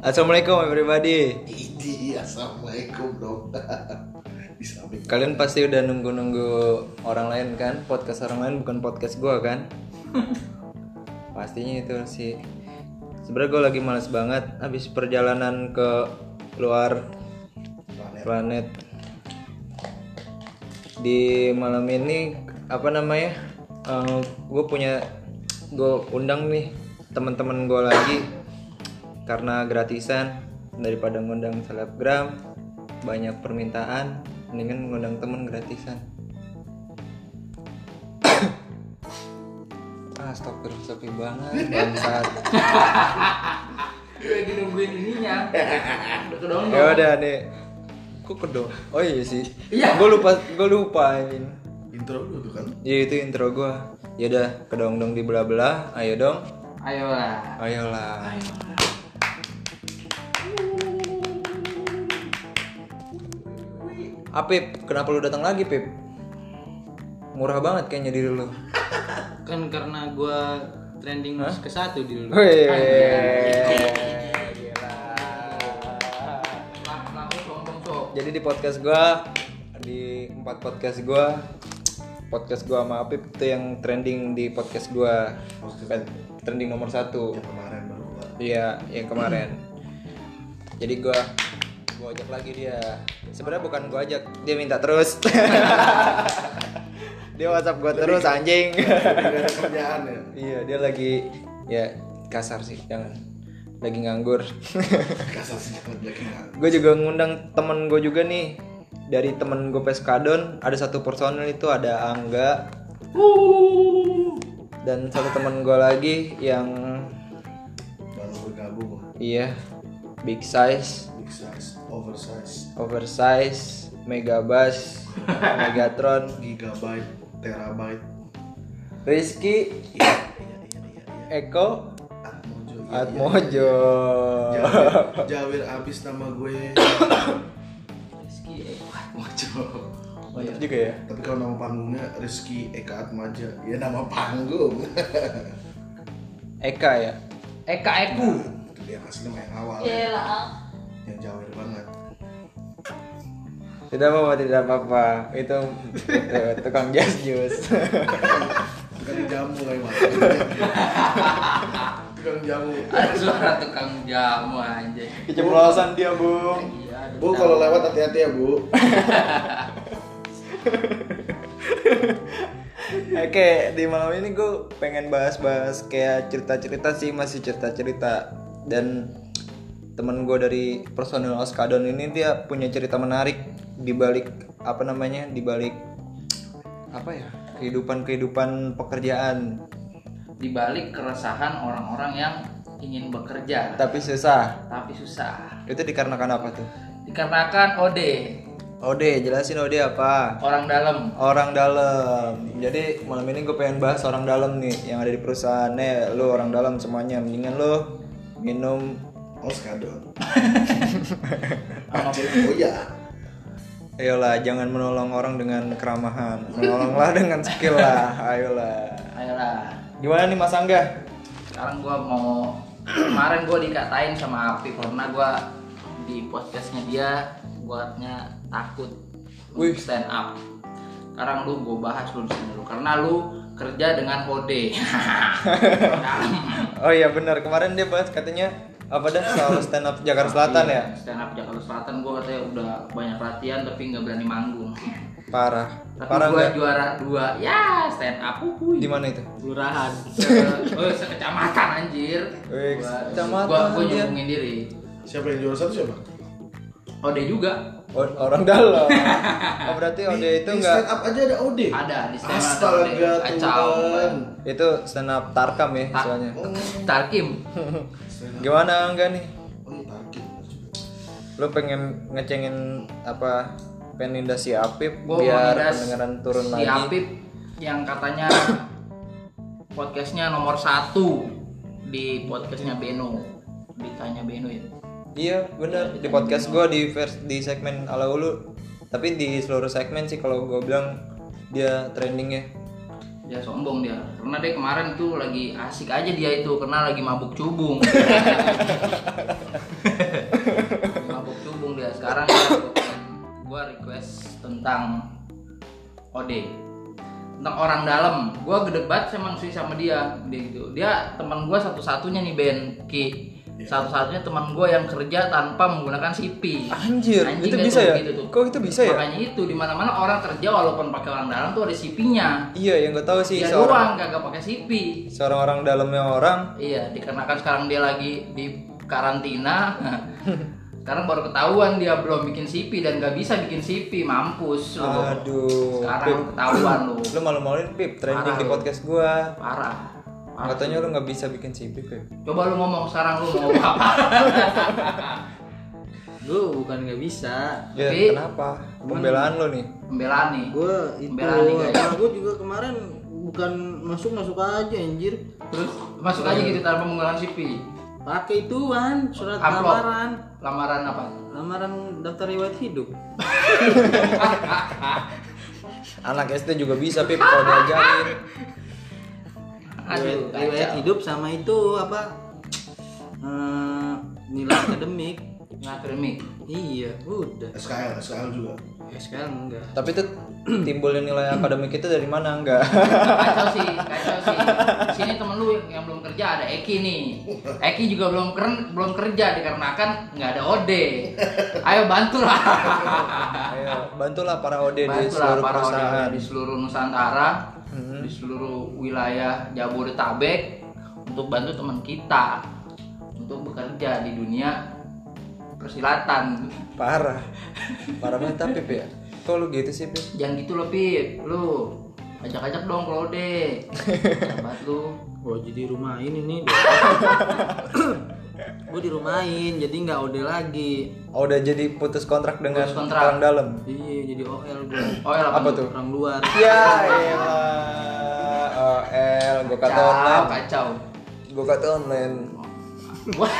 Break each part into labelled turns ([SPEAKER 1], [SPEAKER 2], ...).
[SPEAKER 1] Assalamualaikum everybody.
[SPEAKER 2] Idi, assalamualaikum dong. Bisa ambil.
[SPEAKER 1] Kalian pasti udah nunggu-nunggu orang lain kan? Podcast orang lain bukan podcast gua kan? Pastinya itu sih. Sebenernya gua lagi males banget habis perjalanan ke luar planet.
[SPEAKER 2] Planet.
[SPEAKER 1] Di malam ini apa namanya? Eh, gue punya gue undang nih teman-teman gue lagi karena gratisan daripada ngundang selebgram banyak permintaan mendingan ngundang temen gratisan ah stop sepi banget bangsat
[SPEAKER 3] Gue lagi nungguin ininya. Udah kedong.
[SPEAKER 1] ya udah nih kok kedo oh iya sih
[SPEAKER 3] Iya.
[SPEAKER 1] gue lupa gue lupa ini
[SPEAKER 2] Intro dulu tuh kan.
[SPEAKER 1] ya itu intro gue ya udah kedong dong di belah belah ayo dong
[SPEAKER 3] Ayolah.
[SPEAKER 1] ayolah Apip, Ah, kenapa lu datang lagi, Pip? Murah banget kayaknya diri lu.
[SPEAKER 3] Kan karena gue trending ke satu di dulu.
[SPEAKER 1] Wih.
[SPEAKER 3] Langsung sombong sok.
[SPEAKER 1] Jadi di podcast gua di empat podcast gua podcast gua sama Apip itu yang trending di podcast gua Eh,
[SPEAKER 2] Podcast.
[SPEAKER 1] trending nomor satu
[SPEAKER 2] Yang kemarin baru keluar.
[SPEAKER 1] iya yang kemarin jadi gua gua ajak lagi dia sebenarnya bukan gua ajak dia minta terus dia WhatsApp gua terus anjing
[SPEAKER 2] Gak ada kerjaan ya.
[SPEAKER 1] Iya, dia lagi ya kasar sih, jangan lagi nganggur.
[SPEAKER 2] Kasar sih kalau belakangan.
[SPEAKER 1] gue juga ngundang temen gue juga nih dari temen gue Peskadon ada satu personel itu ada Angga dan satu temen gue lagi yang
[SPEAKER 2] Baru bergabung.
[SPEAKER 1] iya big size,
[SPEAKER 2] Big size, oversize,
[SPEAKER 1] oversize, megabas, megatron,
[SPEAKER 2] gigabyte, terabyte.
[SPEAKER 1] Rizky,
[SPEAKER 2] Iya iya iya. iya.
[SPEAKER 1] Eko,
[SPEAKER 2] Atmojo. iya, iya.
[SPEAKER 1] Atmojo.
[SPEAKER 2] Jawir, jawir abis nama gue.
[SPEAKER 3] Rizky Ekuat Mojo.
[SPEAKER 1] Mantap juga ya.
[SPEAKER 2] Tapi kalau nama panggungnya Rizky Eka Atmaja, ya nama panggung.
[SPEAKER 1] Eka ya.
[SPEAKER 3] Eka Eku.
[SPEAKER 2] Itu dia yang asli mah yang awal,
[SPEAKER 4] Yelah,
[SPEAKER 2] yang jawir banget.
[SPEAKER 1] Tidak apa-apa, tidak apa-apa. Itu, itu tukang jas jus.
[SPEAKER 2] Tukang jamu lewat. Tukang jamu.
[SPEAKER 3] Ada suara tukang jamu anjay.
[SPEAKER 1] Keceplosan dia, Bung.
[SPEAKER 3] Iya, ada
[SPEAKER 2] Bu kalau lewat hati-hati ya Bu.
[SPEAKER 1] Oke, di malam ini gue pengen bahas-bahas kayak cerita-cerita sih, masih cerita-cerita. Dan temen gue dari personil Oskadon ini dia punya cerita menarik di balik apa namanya? Di balik apa ya? Kehidupan-kehidupan pekerjaan
[SPEAKER 3] Di balik keresahan orang-orang yang ingin bekerja
[SPEAKER 1] tapi susah.
[SPEAKER 3] tapi susah.
[SPEAKER 1] Itu dikarenakan apa tuh?
[SPEAKER 3] Dikarenakan OD,
[SPEAKER 1] Ode, jelasin Ode apa?
[SPEAKER 3] orang dalam.
[SPEAKER 1] Orang dalam. Jadi malam ini gue pengen bahas orang dalam nih yang ada di perusahaan. Nih, lu orang dalam semuanya. Mendingan lu minum
[SPEAKER 2] Oskadon.
[SPEAKER 3] Sama
[SPEAKER 2] Oh ya.
[SPEAKER 1] Ayolah, jangan menolong orang dengan keramahan. Menolonglah dengan skill lah. Ayolah.
[SPEAKER 3] Ayolah.
[SPEAKER 1] Gimana nih Mas Angga?
[SPEAKER 3] sekarang gua mau kemarin gua dikatain sama Api karena gua di podcastnya dia buatnya takut
[SPEAKER 1] Wih.
[SPEAKER 3] Wih. stand up sekarang lu gua bahas lu di sini lu karena lu kerja dengan kode
[SPEAKER 1] Oh iya benar, kemarin dia bahas katanya apa dah soal stand up Jakarta Selatan ya?
[SPEAKER 3] Iya, stand up Jakarta Selatan gua katanya udah banyak latihan tapi nggak berani manggung
[SPEAKER 1] Parah.
[SPEAKER 3] tapi
[SPEAKER 1] Parah
[SPEAKER 3] gua
[SPEAKER 1] nggak?
[SPEAKER 3] juara dua ya stand up uhuy.
[SPEAKER 1] Di mana itu?
[SPEAKER 3] kelurahan oh sekecamatan anjir
[SPEAKER 1] Wih,
[SPEAKER 3] Gua-
[SPEAKER 1] kecamatan,
[SPEAKER 3] gua gua
[SPEAKER 1] anjir.
[SPEAKER 3] nyombongin diri
[SPEAKER 2] Siapa yang juara satu siapa?
[SPEAKER 3] kode juga
[SPEAKER 1] O- orang dalam. Oh
[SPEAKER 3] Iya,
[SPEAKER 1] berarti Ode itu
[SPEAKER 2] Di
[SPEAKER 1] enggak
[SPEAKER 2] stand up aja ada OD.
[SPEAKER 3] ada di stand up ada di
[SPEAKER 2] Astaga
[SPEAKER 3] kacau
[SPEAKER 2] Tuhan.
[SPEAKER 1] itu stand up Tarkam ya
[SPEAKER 3] Ta-
[SPEAKER 1] soalnya.
[SPEAKER 2] Oh,
[SPEAKER 3] Tarkim
[SPEAKER 2] stand up.
[SPEAKER 1] Gimana Angga nih?
[SPEAKER 2] Oh, iya, target.
[SPEAKER 1] Lu pengen ngecengin apa penindas si Apip
[SPEAKER 3] gue
[SPEAKER 1] biar pendengaran turun
[SPEAKER 3] si
[SPEAKER 1] lagi.
[SPEAKER 3] Apip yang katanya podcastnya nomor satu di podcastnya Beno ditanya Beno ya
[SPEAKER 1] Iya bener di podcast gue di vers di segmen ala ulu tapi di seluruh segmen sih kalau gue bilang dia trendingnya
[SPEAKER 3] ya sombong dia karena dia kemarin tuh lagi asik aja dia itu karena lagi mabuk cubung mabuk cubung dia sekarang dia request- gua request tentang Ode tentang orang dalam gua gedebat sama sih sama dia dia gitu dia teman gua satu-satunya nih Ben Ki
[SPEAKER 1] Iya.
[SPEAKER 3] satu-satunya teman gua yang kerja tanpa menggunakan CP
[SPEAKER 1] Anjir,
[SPEAKER 3] Anjing
[SPEAKER 1] itu
[SPEAKER 3] dah
[SPEAKER 1] bisa
[SPEAKER 3] tuh
[SPEAKER 1] ya?
[SPEAKER 3] begitu tuh.
[SPEAKER 1] Kok itu bisa ya?
[SPEAKER 3] makanya itu dimana-mana orang kerja walaupun pakai orang dalam tuh ada CP-nya
[SPEAKER 1] Iya, yang gak tahu sih
[SPEAKER 3] dia
[SPEAKER 1] seorang
[SPEAKER 3] doang kagak pakai CP
[SPEAKER 1] seorang orang dalamnya orang.
[SPEAKER 3] iya dikarenakan sekarang dia lagi di karantina sekarang baru ketahuan dia belum bikin CP dan gak bisa bikin CP mampus lu.
[SPEAKER 1] Aduh.
[SPEAKER 3] Oh, sekarang
[SPEAKER 1] Pip,
[SPEAKER 3] ketahuan lu
[SPEAKER 1] lu malu-maluin Pip trending
[SPEAKER 3] Parah
[SPEAKER 1] di
[SPEAKER 3] lu.
[SPEAKER 1] podcast gua.
[SPEAKER 3] parah Parah.
[SPEAKER 1] Katanya lu nggak bisa bikin CV Pip.
[SPEAKER 3] coba lu ngomong sekarang lu mau ngomong apa
[SPEAKER 4] gue bukan nggak bisa
[SPEAKER 1] Ya,
[SPEAKER 3] Tapi-
[SPEAKER 1] kenapa? Pembelaan lu nih.
[SPEAKER 3] pembelaan nih
[SPEAKER 4] gue itu
[SPEAKER 3] Pembelaan nih, guys.
[SPEAKER 4] apa, gue juga kemarin bukan masuk masuk aja anjir
[SPEAKER 3] terus masuk
[SPEAKER 1] Iya.
[SPEAKER 3] aja gitu tanpa menggunakan CP
[SPEAKER 4] pakai ituan surat
[SPEAKER 3] Upload.
[SPEAKER 4] lamaran
[SPEAKER 3] lamaran apa
[SPEAKER 4] lamaran daftar riwayat hidup
[SPEAKER 1] Anak SD juga bisa Pip kalau diajarin.
[SPEAKER 3] aduh
[SPEAKER 4] riwayat, riwayat hidup sama itu apa eh, nilai akademik
[SPEAKER 3] nggak akademik
[SPEAKER 4] iya udah
[SPEAKER 2] SKL SKL juga
[SPEAKER 4] ya sekarang enggak
[SPEAKER 1] Tapi itu timbulnya nilai akademik itu dari mana enggak?
[SPEAKER 3] kacau sih kacau sih sini temen lu yang- yang belum kerja ada Eki nih Eki juga belum keren belum kerja dikarenakan nggak ada Ode ayo bantulah
[SPEAKER 1] Ayo, bantulah para OD di
[SPEAKER 3] bantulah
[SPEAKER 1] seluruh
[SPEAKER 3] para
[SPEAKER 1] perusahaan. Hmm.
[SPEAKER 3] Ode di seluruh Nusantara di seluruh wilayah Jabodetabek untuk bantu teman kita untuk bekerja di dunia persilatan
[SPEAKER 1] Parah. Parah banget tapi Pip ya. Kok lu gitu sih Pip?
[SPEAKER 3] jangan gitu loh Pip lu ajak-ajak dong ke Ode hebat lu
[SPEAKER 4] Oh jadi rumah ini nih Gue dirumahin jadi nggak ode lagi
[SPEAKER 1] Oh, udah jadi putus kontrak dengan
[SPEAKER 3] Putus kontrak.
[SPEAKER 1] orang dalam.
[SPEAKER 4] Iya jadi OL gue
[SPEAKER 3] oh ya
[SPEAKER 1] Apa tuh?
[SPEAKER 4] Orang luar
[SPEAKER 1] Ya elah. OL gua kata
[SPEAKER 3] kacau
[SPEAKER 1] online.
[SPEAKER 3] kacau
[SPEAKER 1] Gua kata online.
[SPEAKER 3] Wah.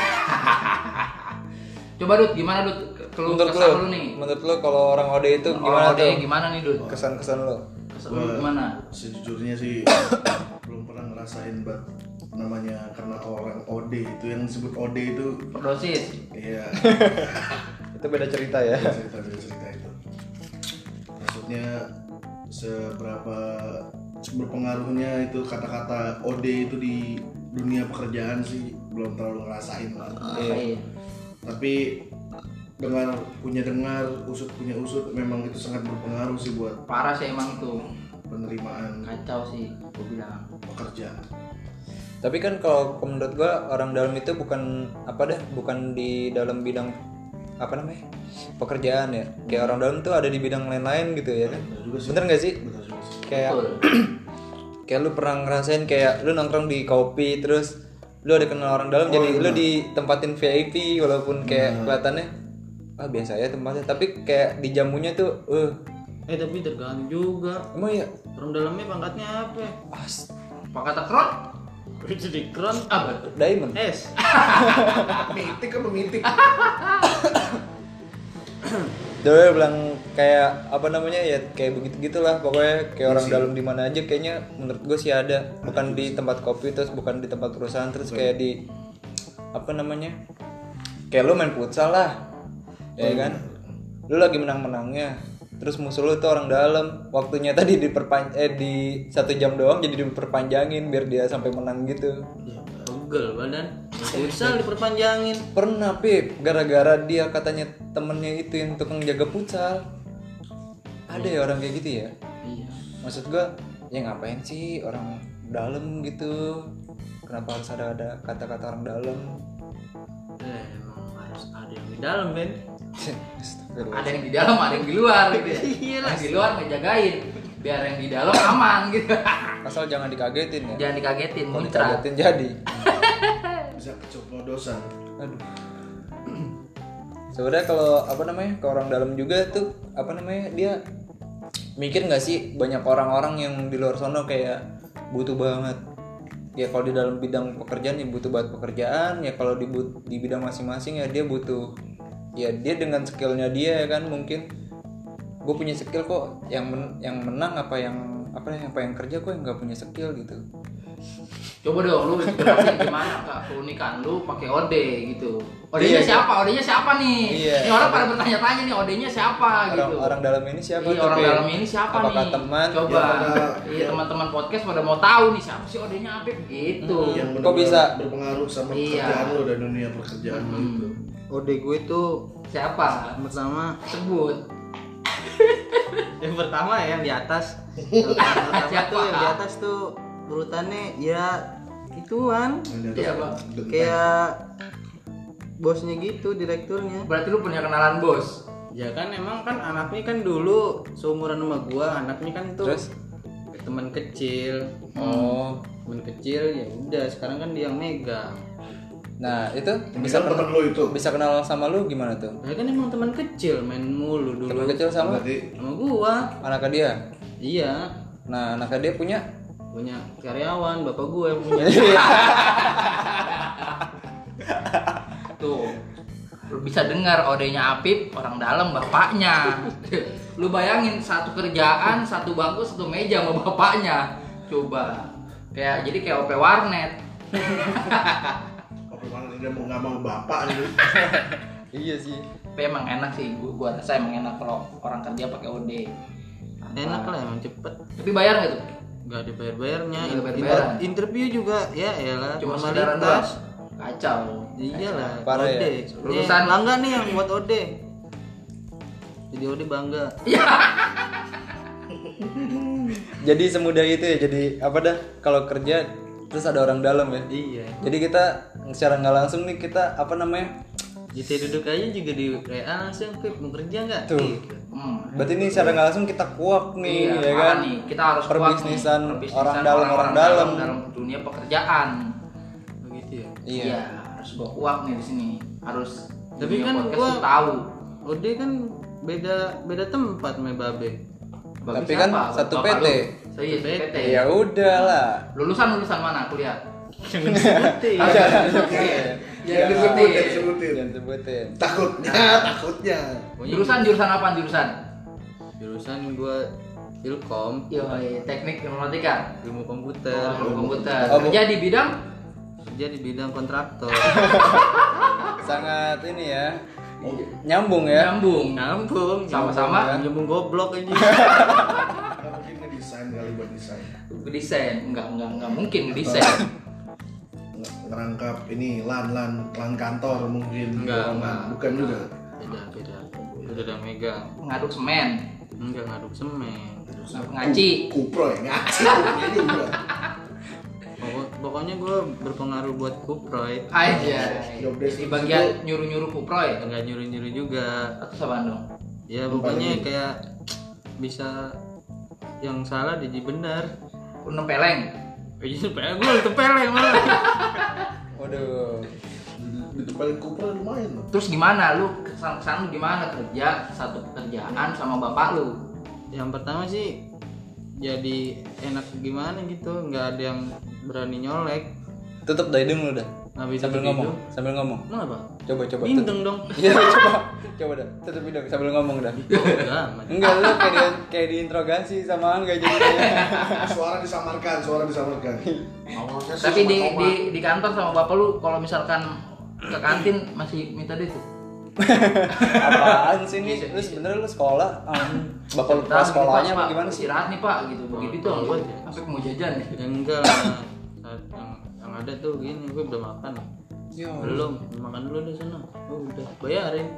[SPEAKER 3] Coba Dut, gimana Dut? Keluh
[SPEAKER 1] Menurut
[SPEAKER 3] kesah
[SPEAKER 1] lu,
[SPEAKER 3] lu nih.
[SPEAKER 1] menurut lu kalau orang OD itu gimana
[SPEAKER 3] Orang
[SPEAKER 1] tuh?
[SPEAKER 3] ODE gimana nih Dut?
[SPEAKER 1] Kesan-kesan lu.
[SPEAKER 3] Kesah lu gimana?
[SPEAKER 2] sejujurnya sih belum pernah ngerasain bat namanya karena orang OD itu yang disebut OD itu
[SPEAKER 1] Iya.
[SPEAKER 3] Perdosis.
[SPEAKER 2] ya
[SPEAKER 1] Itu beda cerita ya.
[SPEAKER 2] cerita cerita itu maksudnya seberapa berpengaruhnya itu kata-kata OD itu di dunia pekerjaan sih belum terlalu ngerasain lah
[SPEAKER 3] Apa iya?
[SPEAKER 2] tapi dengar punya dengar usut punya usut memang itu sangat berpengaruh sih buat
[SPEAKER 3] Parah sih emang itu.
[SPEAKER 2] penerimaan
[SPEAKER 3] Kacau sih, gue bilang.
[SPEAKER 2] pekerja
[SPEAKER 1] Tapi kan kalau menurut gua orang dalam itu bukan apa dah, bukan di dalam bidang apa namanya? pekerjaan ya. Kayak orang dalam tuh ada di bidang lain-lain gitu ya kan.
[SPEAKER 2] benar juga sih
[SPEAKER 1] Bener gak sih?
[SPEAKER 2] benar juga sih
[SPEAKER 1] Kayak
[SPEAKER 3] Betul.
[SPEAKER 1] kayak lu pernah ngerasain kayak lu nongkrong di kopi terus lu ada kenal orang dalam jadi lu ditempatin VIP walaupun kayak kelihatannya ah biasa ya tempatnya tapi kayak di jamunya tuh eh
[SPEAKER 4] Eh tapi tergantung juga
[SPEAKER 1] emang ya
[SPEAKER 4] Orang dalamnya pangkatnya apa
[SPEAKER 1] as
[SPEAKER 3] Pak kata kron?
[SPEAKER 4] Jadi kron apa tuh?
[SPEAKER 1] diamond
[SPEAKER 4] Es
[SPEAKER 2] mitik apa mitik
[SPEAKER 1] dia bilang kayak apa namanya ya kayak begitu gitulah pokoknya kayak orang dalam di mana aja kayaknya menurut gue sih ada bukan di tempat kopi terus bukan di tempat perusahaan terus kayak di apa namanya kayak lu main futsal lah ya kan lu lagi menang menangnya terus musuh lu tuh orang dalam waktunya tadi diperpan eh di satu jam doang jadi diperpanjangin biar dia sampai menang gitu
[SPEAKER 4] Pegel badan Futsal diperpanjangin
[SPEAKER 1] pernah pip gara-gara dia katanya temennya itu yang tukang jaga futsal ada ya orang kayak gitu ya
[SPEAKER 3] Iya.
[SPEAKER 1] maksud gua ya ngapain sih orang dalam gitu kenapa harus ada ada kata-kata orang dalam
[SPEAKER 4] Eh emang harus ada yang di dalam Ben
[SPEAKER 1] Astagfirullah.
[SPEAKER 3] Ada yang di dalam, ada yang di luar gitu ya.
[SPEAKER 1] Iya
[SPEAKER 3] Yang di luar ngejagain biar yang di dalam aman gitu.
[SPEAKER 1] asal jangan dikagetin ya
[SPEAKER 3] Jangan dikagetin,
[SPEAKER 1] kalau
[SPEAKER 3] muncrat.
[SPEAKER 1] dikagetin jadi
[SPEAKER 2] bisa keceplodosan
[SPEAKER 1] aduh sebenarnya kalau apa namanya ke orang dalam juga tuh apa namanya dia mikir nggak sih banyak orang-orang yang di luar sana kayak butuh banget ya kalau di dalam bidang pekerjaan ya butuh banget pekerjaan ya kalau di but- di bidang masing-masing ya dia butuh ya dia dengan skillnya dia ya kan mungkin gue punya skill kok yang men- yang menang apa yang apa ya yang pengen kerja kok yang nggak punya skill gitu
[SPEAKER 3] Coba dong lu inspirasi gimana kak keunikan lu pakai OD gitu. OD-nya
[SPEAKER 1] Iya,
[SPEAKER 3] siapa? OD-nya siapa nih?
[SPEAKER 1] Iya.
[SPEAKER 3] Ini orang pada bertanya-tanya nih OD-nya
[SPEAKER 1] orang
[SPEAKER 3] siapa gitu.
[SPEAKER 1] orang dalam ini siapa
[SPEAKER 3] Iya,
[SPEAKER 1] tuh,
[SPEAKER 3] orang
[SPEAKER 1] Pe?
[SPEAKER 3] dalam ini siapa
[SPEAKER 1] apakah
[SPEAKER 3] nih?
[SPEAKER 1] teman
[SPEAKER 3] Coba.
[SPEAKER 2] Yang-
[SPEAKER 3] Iya, teman-teman podcast pada mau tahu nih siapa sih OD-nya Apip gitu.
[SPEAKER 2] yang
[SPEAKER 1] Kok
[SPEAKER 2] benar-benar
[SPEAKER 1] bisa?
[SPEAKER 2] berpengaruh sama
[SPEAKER 3] Iya.
[SPEAKER 2] pekerjaan lo dan dunia pekerjaan lo
[SPEAKER 3] Hmm.
[SPEAKER 2] gitu.
[SPEAKER 4] Ode gue tuh
[SPEAKER 3] Siapa?
[SPEAKER 4] yang pertama
[SPEAKER 3] Sebut.
[SPEAKER 4] yang pertama ya, yang di atas yang pertama
[SPEAKER 3] Siapa?
[SPEAKER 4] tuh yang di atas tuh urutannya ya
[SPEAKER 2] Yang
[SPEAKER 4] ituan
[SPEAKER 2] di atas
[SPEAKER 3] Iya, Pak.
[SPEAKER 2] genteng.
[SPEAKER 4] kayak bosnya gitu direkturnya
[SPEAKER 3] Berarti lu punya kenalan bos.
[SPEAKER 4] ya kan emang kan anaknya kan dulu seumuran sama gua anaknya kan tuh
[SPEAKER 1] Terus?
[SPEAKER 4] teman kecil
[SPEAKER 1] oh
[SPEAKER 4] teman kecil ya udah sekarang kan dia yang megang
[SPEAKER 1] nah itu
[SPEAKER 2] Yang
[SPEAKER 1] bisa
[SPEAKER 2] bisa temen lo itu.
[SPEAKER 1] bisa kenal sama lu gimana tuh
[SPEAKER 4] Nah, kan emang teman kecil main mulu dulu
[SPEAKER 1] teman kecil sama
[SPEAKER 2] Berarti
[SPEAKER 4] sama gua
[SPEAKER 1] anaknya dia
[SPEAKER 4] iya
[SPEAKER 1] nah anaknya dia punya
[SPEAKER 4] punya karyawan bapak gua yang punya
[SPEAKER 3] Tuh. Lu bisa dengar OD-nya Apip, orang dalam bapaknya. Lu bayangin satu kerjaan, satu bangku, satu meja sama bapaknya. Coba. Kayak jadi kayak OP warnet.
[SPEAKER 2] apa mana dia mau nggak mau bapak gitu.
[SPEAKER 1] iya sih
[SPEAKER 3] Tapi emang enak sih, gua, gua rasa emang enak kalau orang kerja pakai OD.
[SPEAKER 4] enak lah emang cepet
[SPEAKER 3] Tapi bayar nggak tuh?
[SPEAKER 4] nggak ada bayar bayarnya
[SPEAKER 3] Nggak ada bayar-bayaran.
[SPEAKER 4] interview juga ya elah
[SPEAKER 3] Cuma sekitaran doang.
[SPEAKER 4] formalitas
[SPEAKER 3] Kacau.
[SPEAKER 4] iyalah
[SPEAKER 1] Parah ya?
[SPEAKER 4] ode
[SPEAKER 3] Lulusan-
[SPEAKER 4] lulusan bangga nih yang buat ode jadi ode bangga
[SPEAKER 1] Iya. jadi semudah itu ya jadi apa dah kalau kerja terus ada orang dalam ya
[SPEAKER 4] iya
[SPEAKER 1] jadi kita secara nggak langsung nih kita apa namanya
[SPEAKER 4] kita duduk aja juga di WA langsung Pip mau kerja nggak
[SPEAKER 1] Tuh.
[SPEAKER 4] Gitu.
[SPEAKER 3] Hmm.
[SPEAKER 1] berarti ini secara nggak langsung kita kuak nih
[SPEAKER 3] Iya,
[SPEAKER 1] ya
[SPEAKER 3] parah
[SPEAKER 1] kan
[SPEAKER 3] nih. Kita harus kuat nih.
[SPEAKER 1] perbisnisan,
[SPEAKER 3] Perbisnisan
[SPEAKER 1] orang dalam orang dalam,
[SPEAKER 3] dalam dunia pekerjaan.
[SPEAKER 4] begitu ya
[SPEAKER 1] iya
[SPEAKER 3] Iya, harus gua kuak nih di sini. Harus
[SPEAKER 4] Tapi
[SPEAKER 3] dunia
[SPEAKER 4] kan
[SPEAKER 3] Iya, podcast
[SPEAKER 4] gua-
[SPEAKER 3] tuh tahu.
[SPEAKER 4] ode kan beda beda tempat me babe
[SPEAKER 3] Bagi
[SPEAKER 1] Tapi kan
[SPEAKER 3] siapa?
[SPEAKER 1] satu
[SPEAKER 3] Bapak
[SPEAKER 1] PT.
[SPEAKER 3] lu? So, iya, satu PT.
[SPEAKER 1] ya udahlah
[SPEAKER 3] Lulusan lulusan mana kuliah? Iya.
[SPEAKER 4] jangan
[SPEAKER 1] Iya.
[SPEAKER 2] disebutin,
[SPEAKER 3] Jangan
[SPEAKER 4] disebutin
[SPEAKER 3] disebutin.
[SPEAKER 2] jangan disebutin.
[SPEAKER 1] jangan sebutin
[SPEAKER 2] Takutnya,
[SPEAKER 4] Iya.
[SPEAKER 2] takutnya.
[SPEAKER 4] Pokoknya
[SPEAKER 3] Jurusan jurusan apa jurusan?
[SPEAKER 4] jurusan gua ilkom
[SPEAKER 3] Yo, iya, teknik informatika.
[SPEAKER 4] ilmu komputer
[SPEAKER 3] Ilmu komputer.
[SPEAKER 1] Oh, bu-
[SPEAKER 3] Kerja di bidang
[SPEAKER 4] kerja di bidang kontraktor
[SPEAKER 1] sangat ini ya nyambung ya
[SPEAKER 3] nyambung.
[SPEAKER 4] nyambung
[SPEAKER 3] Sama-sama.
[SPEAKER 4] nyambung goblok aja
[SPEAKER 2] Nah, mungkin ngedesain kali buat desain.
[SPEAKER 3] Desain, enggak enggak enggak mungkin desain.
[SPEAKER 2] Nge- Ngerangkap ini lan-lan lan kantor mungkin.
[SPEAKER 4] Enggak,
[SPEAKER 2] Orang-
[SPEAKER 4] enggak.
[SPEAKER 2] Bukan juga.
[SPEAKER 4] beda beda beda dan megang
[SPEAKER 3] Ngaduk semen.
[SPEAKER 4] enggak ngaduk semen
[SPEAKER 3] Ngaji.
[SPEAKER 2] Ku- Kupro ya ngaji. kupro juga.
[SPEAKER 4] Pokok- pokoknya gue berpengaruh buat kuproy
[SPEAKER 3] Aja.
[SPEAKER 2] Jobdesk
[SPEAKER 3] iya. Di bagian nyuruh-nyuruh kuproy
[SPEAKER 4] enggak nyuruh nyuruh juga
[SPEAKER 3] atau sama dong.
[SPEAKER 4] ya pokoknya kayak bisa yang salah jadi benar
[SPEAKER 3] Unem peleng.
[SPEAKER 4] Eh, peleng gue itu peleng malah
[SPEAKER 1] waduh
[SPEAKER 2] Ditempelin kupro lumayan loh.
[SPEAKER 3] Terus gimana lu kesan kesan lu gimana kerja satu pekerjaan sama bapak lu?
[SPEAKER 4] yang pertama sih jadi enak gimana gitu nggak ada yang berani nyolek
[SPEAKER 1] tutup dah hidung lu dah
[SPEAKER 4] Habis
[SPEAKER 1] sambil
[SPEAKER 4] tutup
[SPEAKER 1] ngomong
[SPEAKER 4] hidung.
[SPEAKER 1] sambil ngomong
[SPEAKER 4] Emang apa?
[SPEAKER 1] coba coba tutup.
[SPEAKER 4] Bintang dong.
[SPEAKER 1] Iya coba coba dah tutup hidung sambil ngomong dah
[SPEAKER 4] Oh, enggak amat.
[SPEAKER 1] enggak lu kayak di, kayak diinterogasi sama angga jadinya
[SPEAKER 2] Suara disamarkan, suara disamarkan.
[SPEAKER 3] Tapi di, di di kantor sama bapak lu kalau misalkan ke kantin masih minta duit tuh.
[SPEAKER 1] apaan sih ini lu sebenernya lu sekolah um, bapak lu pas sekolahnya apa gimana sih
[SPEAKER 3] Istirahat nih pak gitu. Begitu tuh
[SPEAKER 4] Oh,
[SPEAKER 3] aku
[SPEAKER 4] iya.
[SPEAKER 3] sampai mau jajan nih.
[SPEAKER 4] Ya enggak lah. Saat yang, yang ada tuh gini, gue belum makan.
[SPEAKER 1] Ya.
[SPEAKER 4] Belum, makan dulu di sana. Oh, udah bayarin.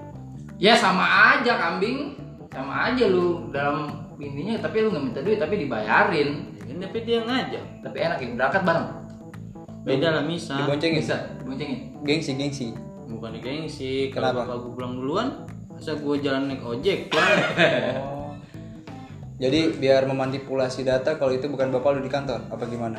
[SPEAKER 3] Ya sama aja kambing, sama aja lu dalam ininya tapi lu nggak minta duit tapi dibayarin.
[SPEAKER 4] Ya kan, tapi dia ngajak.
[SPEAKER 3] Tapi enak ya berangkat bareng.
[SPEAKER 4] Beda lah misal.
[SPEAKER 1] diboncengin
[SPEAKER 3] Bisa boncengin.
[SPEAKER 1] gengsi gengsi
[SPEAKER 4] Bukan di gengsi. Kalau
[SPEAKER 1] Kenapa?
[SPEAKER 4] bapak gue pulang duluan, masa gue jalan naik ojek?
[SPEAKER 1] oh. jadi biar memanipulasi data kalau itu bukan bapak lu di kantor apa gimana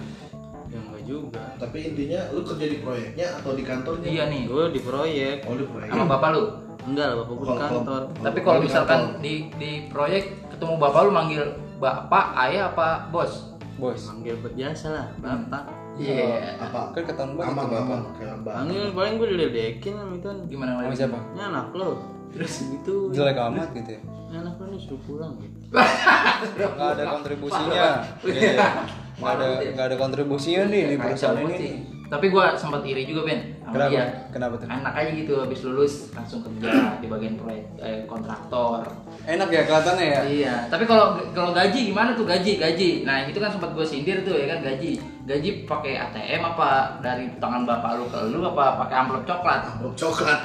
[SPEAKER 4] ya enggak juga.
[SPEAKER 2] Tapi intinya lu kerja di proyeknya atau di kantornya?
[SPEAKER 3] Iya nih
[SPEAKER 4] Gue di proyek.
[SPEAKER 2] Oh, di proyek.
[SPEAKER 3] sama bapak lu.
[SPEAKER 4] Enggak lah, bapak gue di
[SPEAKER 2] Kalau- kalau-
[SPEAKER 4] kantor.
[SPEAKER 3] Tapi
[SPEAKER 2] Kalau
[SPEAKER 3] kalau
[SPEAKER 2] di
[SPEAKER 3] misalkan di di proyek ketemu bapak lu manggil bapak, ayah apa bos?
[SPEAKER 1] bos
[SPEAKER 4] Manggil biasa lah, bapak.
[SPEAKER 3] Iya.
[SPEAKER 2] Apa?
[SPEAKER 1] kan ketahuan banget
[SPEAKER 2] Amang,
[SPEAKER 1] tuh bapak
[SPEAKER 2] amang, kayak bang.
[SPEAKER 4] Panggil paling gue diledekin sama itu.
[SPEAKER 3] Iya. Gimana
[SPEAKER 1] sama
[SPEAKER 3] lagi?
[SPEAKER 1] siapa
[SPEAKER 4] Ini anak lo. terus gitu
[SPEAKER 1] jelek amat gitu ya
[SPEAKER 4] anak lu disuruh pulang gitu
[SPEAKER 1] nggak ada kontribusinya gitu ya. nggak ada nggak ada kontribusinya nih di perusahaan
[SPEAKER 3] Kacau banget sih.
[SPEAKER 1] ini
[SPEAKER 3] Tapi gua sempat iri juga Ben sama
[SPEAKER 1] Kenapa?
[SPEAKER 3] dia.
[SPEAKER 1] Kenapa tuh?
[SPEAKER 3] Anak aja gitu habis lulus langsung kerja di bagian proyek eh, kontraktor.
[SPEAKER 1] enak ya kelihatannya ya
[SPEAKER 3] Iya. Tapi kalau kalau gaji gimana tuh gaji gaji? Nah itu kan sempat gue sindir tuh ya kan gaji. Gaji pakai ATM apa dari tangan bapak lu ke lu apa pakai amplop coklat?
[SPEAKER 2] Amplop Ah, coklat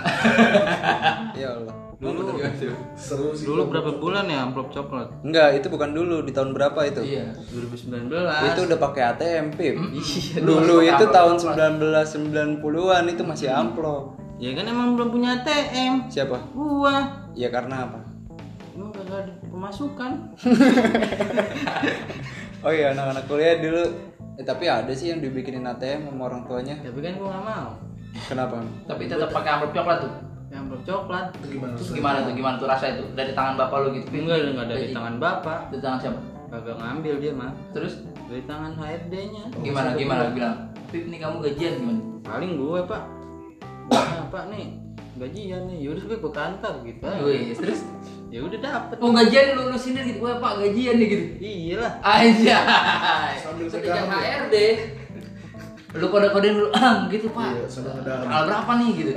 [SPEAKER 1] ya Allah
[SPEAKER 4] dulu
[SPEAKER 2] seru sih
[SPEAKER 4] dulu berapa bulan ya amplop coklat
[SPEAKER 1] enggak itu bukan dulu di tahun berapa itu
[SPEAKER 3] Iya.
[SPEAKER 4] 2019
[SPEAKER 1] itu udah pakai ATM Pip
[SPEAKER 3] Iya,
[SPEAKER 1] dulu Hmm?
[SPEAKER 3] pakai Hmm.
[SPEAKER 1] itu
[SPEAKER 3] amplop
[SPEAKER 1] tahun
[SPEAKER 3] coklat.
[SPEAKER 1] 1990-an itu masih amplop
[SPEAKER 4] ya kan emang belum punya ATM
[SPEAKER 1] siapa
[SPEAKER 4] gua
[SPEAKER 1] ya karena apa
[SPEAKER 4] emang kagak ada pemasukan
[SPEAKER 1] oh iya anak-anak kuliah dulu eh, tapi ada sih yang dibikinin ATM sama orang tuanya
[SPEAKER 4] tapi kan gua nggak mau
[SPEAKER 1] kenapa
[SPEAKER 3] Tapi tetap pakai amplop coklat tuh.
[SPEAKER 4] amplop coklat
[SPEAKER 2] Itu gimana
[SPEAKER 3] Terus gimana tuh? Gimana tuh rasa itu? Dari tangan bapak lu gitu? Pin?
[SPEAKER 4] enggak enggak dari
[SPEAKER 3] Gaji.
[SPEAKER 4] tangan bapak
[SPEAKER 3] Dari tangan siapa?
[SPEAKER 4] kagak ngambil dia mah
[SPEAKER 3] Terus
[SPEAKER 4] dari tangan HRD-nya
[SPEAKER 3] gimana? Gimana? Bilang. Pip nih kamu gajian gimana?
[SPEAKER 4] paling gue pak nah, pak nih gajian nih Ya yaudah gue ke kantor gitu aja.
[SPEAKER 3] Wih, terus
[SPEAKER 4] ya udah dapet
[SPEAKER 3] mau gajian lu lu sindir gitu, wah pak gajian nih gitu.
[SPEAKER 4] iyalah
[SPEAKER 3] Aja.
[SPEAKER 2] Sambil
[SPEAKER 3] Itu
[SPEAKER 2] pegang.
[SPEAKER 3] jangan HRD. Lu kode-kodein lu, ah gitu pak.
[SPEAKER 2] Iya, sambil pegang.
[SPEAKER 3] Tanggal berapa nih gitu?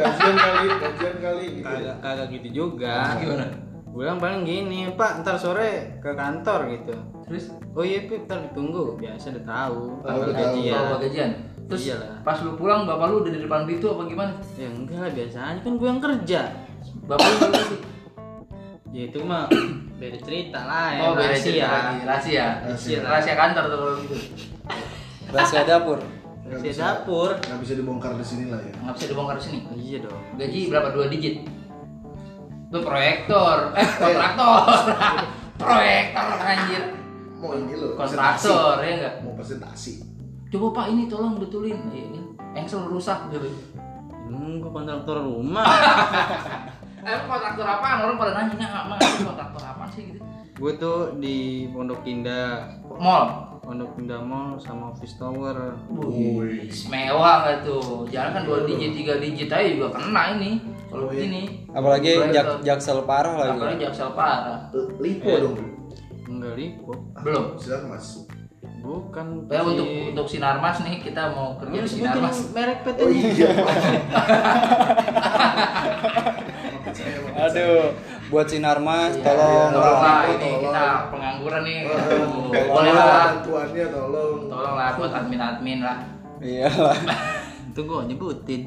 [SPEAKER 2] gajian kali gajian kali gitu
[SPEAKER 4] kagak kagak gitu juga
[SPEAKER 3] Gimana?
[SPEAKER 4] gue bilang paling gini pak ntar sore ke kantor gitu
[SPEAKER 3] Terus
[SPEAKER 4] oh iya pip ntar ditunggu biasa udah tahu
[SPEAKER 2] Oh, udah
[SPEAKER 4] kalau
[SPEAKER 2] tahu.
[SPEAKER 4] gajian
[SPEAKER 3] bawa gajian. Terus
[SPEAKER 4] Iyalah.
[SPEAKER 3] pas lu pulang bapak lu udah di depan pintu apa gimana?
[SPEAKER 4] ya enggak lah biasanya kan gue yang kerja
[SPEAKER 3] Bapak lu apa sih?
[SPEAKER 4] ya itu mah beda cerita lah ya
[SPEAKER 3] Oh, beda
[SPEAKER 4] rahasia.
[SPEAKER 3] cerita lagi. Rahasia.
[SPEAKER 2] Rahasia.
[SPEAKER 3] Rahasia kantor tuh kalau gitu.
[SPEAKER 1] rahasia dapur
[SPEAKER 2] Nggak
[SPEAKER 4] rahasia
[SPEAKER 2] bisa.
[SPEAKER 4] dapur
[SPEAKER 2] nggak bisa dibongkar di sini lah ya
[SPEAKER 3] Nggak bisa dibongkar di sini.
[SPEAKER 4] iya dong
[SPEAKER 3] Gaji berapa dua digit? Itu proyektor, eh kontraktor. proyektor anjir.
[SPEAKER 2] mau ini loh
[SPEAKER 3] Kontraktor ya enggak?
[SPEAKER 2] mau presentasi
[SPEAKER 3] Coba Pak ini tolong betulin. Iya kan? Engsel rusak gitu.
[SPEAKER 4] hmm, gue kontraktor rumah
[SPEAKER 3] Eh lu kontraktor apa? Orang pada nanya, "Nah, Mas, lu kontraktor apa sih?" gitu.
[SPEAKER 4] gue tuh di Pondok Indah
[SPEAKER 3] Mall.
[SPEAKER 4] Pondok Indah Mall sama Office Tower.
[SPEAKER 2] Wih.
[SPEAKER 3] Mewah nggak tuh. Jangan kan dua digit, tiga digit aja juga kena ini. Kalau
[SPEAKER 2] Oh, iya.
[SPEAKER 3] begini.
[SPEAKER 1] apalagi jak
[SPEAKER 3] Proyektor.
[SPEAKER 1] jaksel parah lagi
[SPEAKER 3] Apalagi jaksel parah.
[SPEAKER 2] Eh, lipo dong
[SPEAKER 4] Enggak lipo.
[SPEAKER 3] Belum.
[SPEAKER 2] silakan mas
[SPEAKER 4] Bukan
[SPEAKER 3] Ya,
[SPEAKER 4] Ya, si-
[SPEAKER 3] untuk untuk sinarmas nih kita mau
[SPEAKER 4] Lu
[SPEAKER 3] kerja di
[SPEAKER 4] Iya. sebutin
[SPEAKER 3] sinarmas.
[SPEAKER 4] merek PT
[SPEAKER 2] oh iya
[SPEAKER 1] aduh buat sinarmas
[SPEAKER 3] Iya,
[SPEAKER 1] tolong lah.
[SPEAKER 3] tolong lah
[SPEAKER 2] tolong,
[SPEAKER 3] ini
[SPEAKER 2] tolong.
[SPEAKER 3] kita pengangguran nih.
[SPEAKER 2] Eh,
[SPEAKER 3] Boleh
[SPEAKER 2] tolong
[SPEAKER 3] lah.
[SPEAKER 2] bantuannya tolong
[SPEAKER 3] Tolong lah buat admin-admin lah.
[SPEAKER 1] iyalah
[SPEAKER 4] Itu gua nyebutin.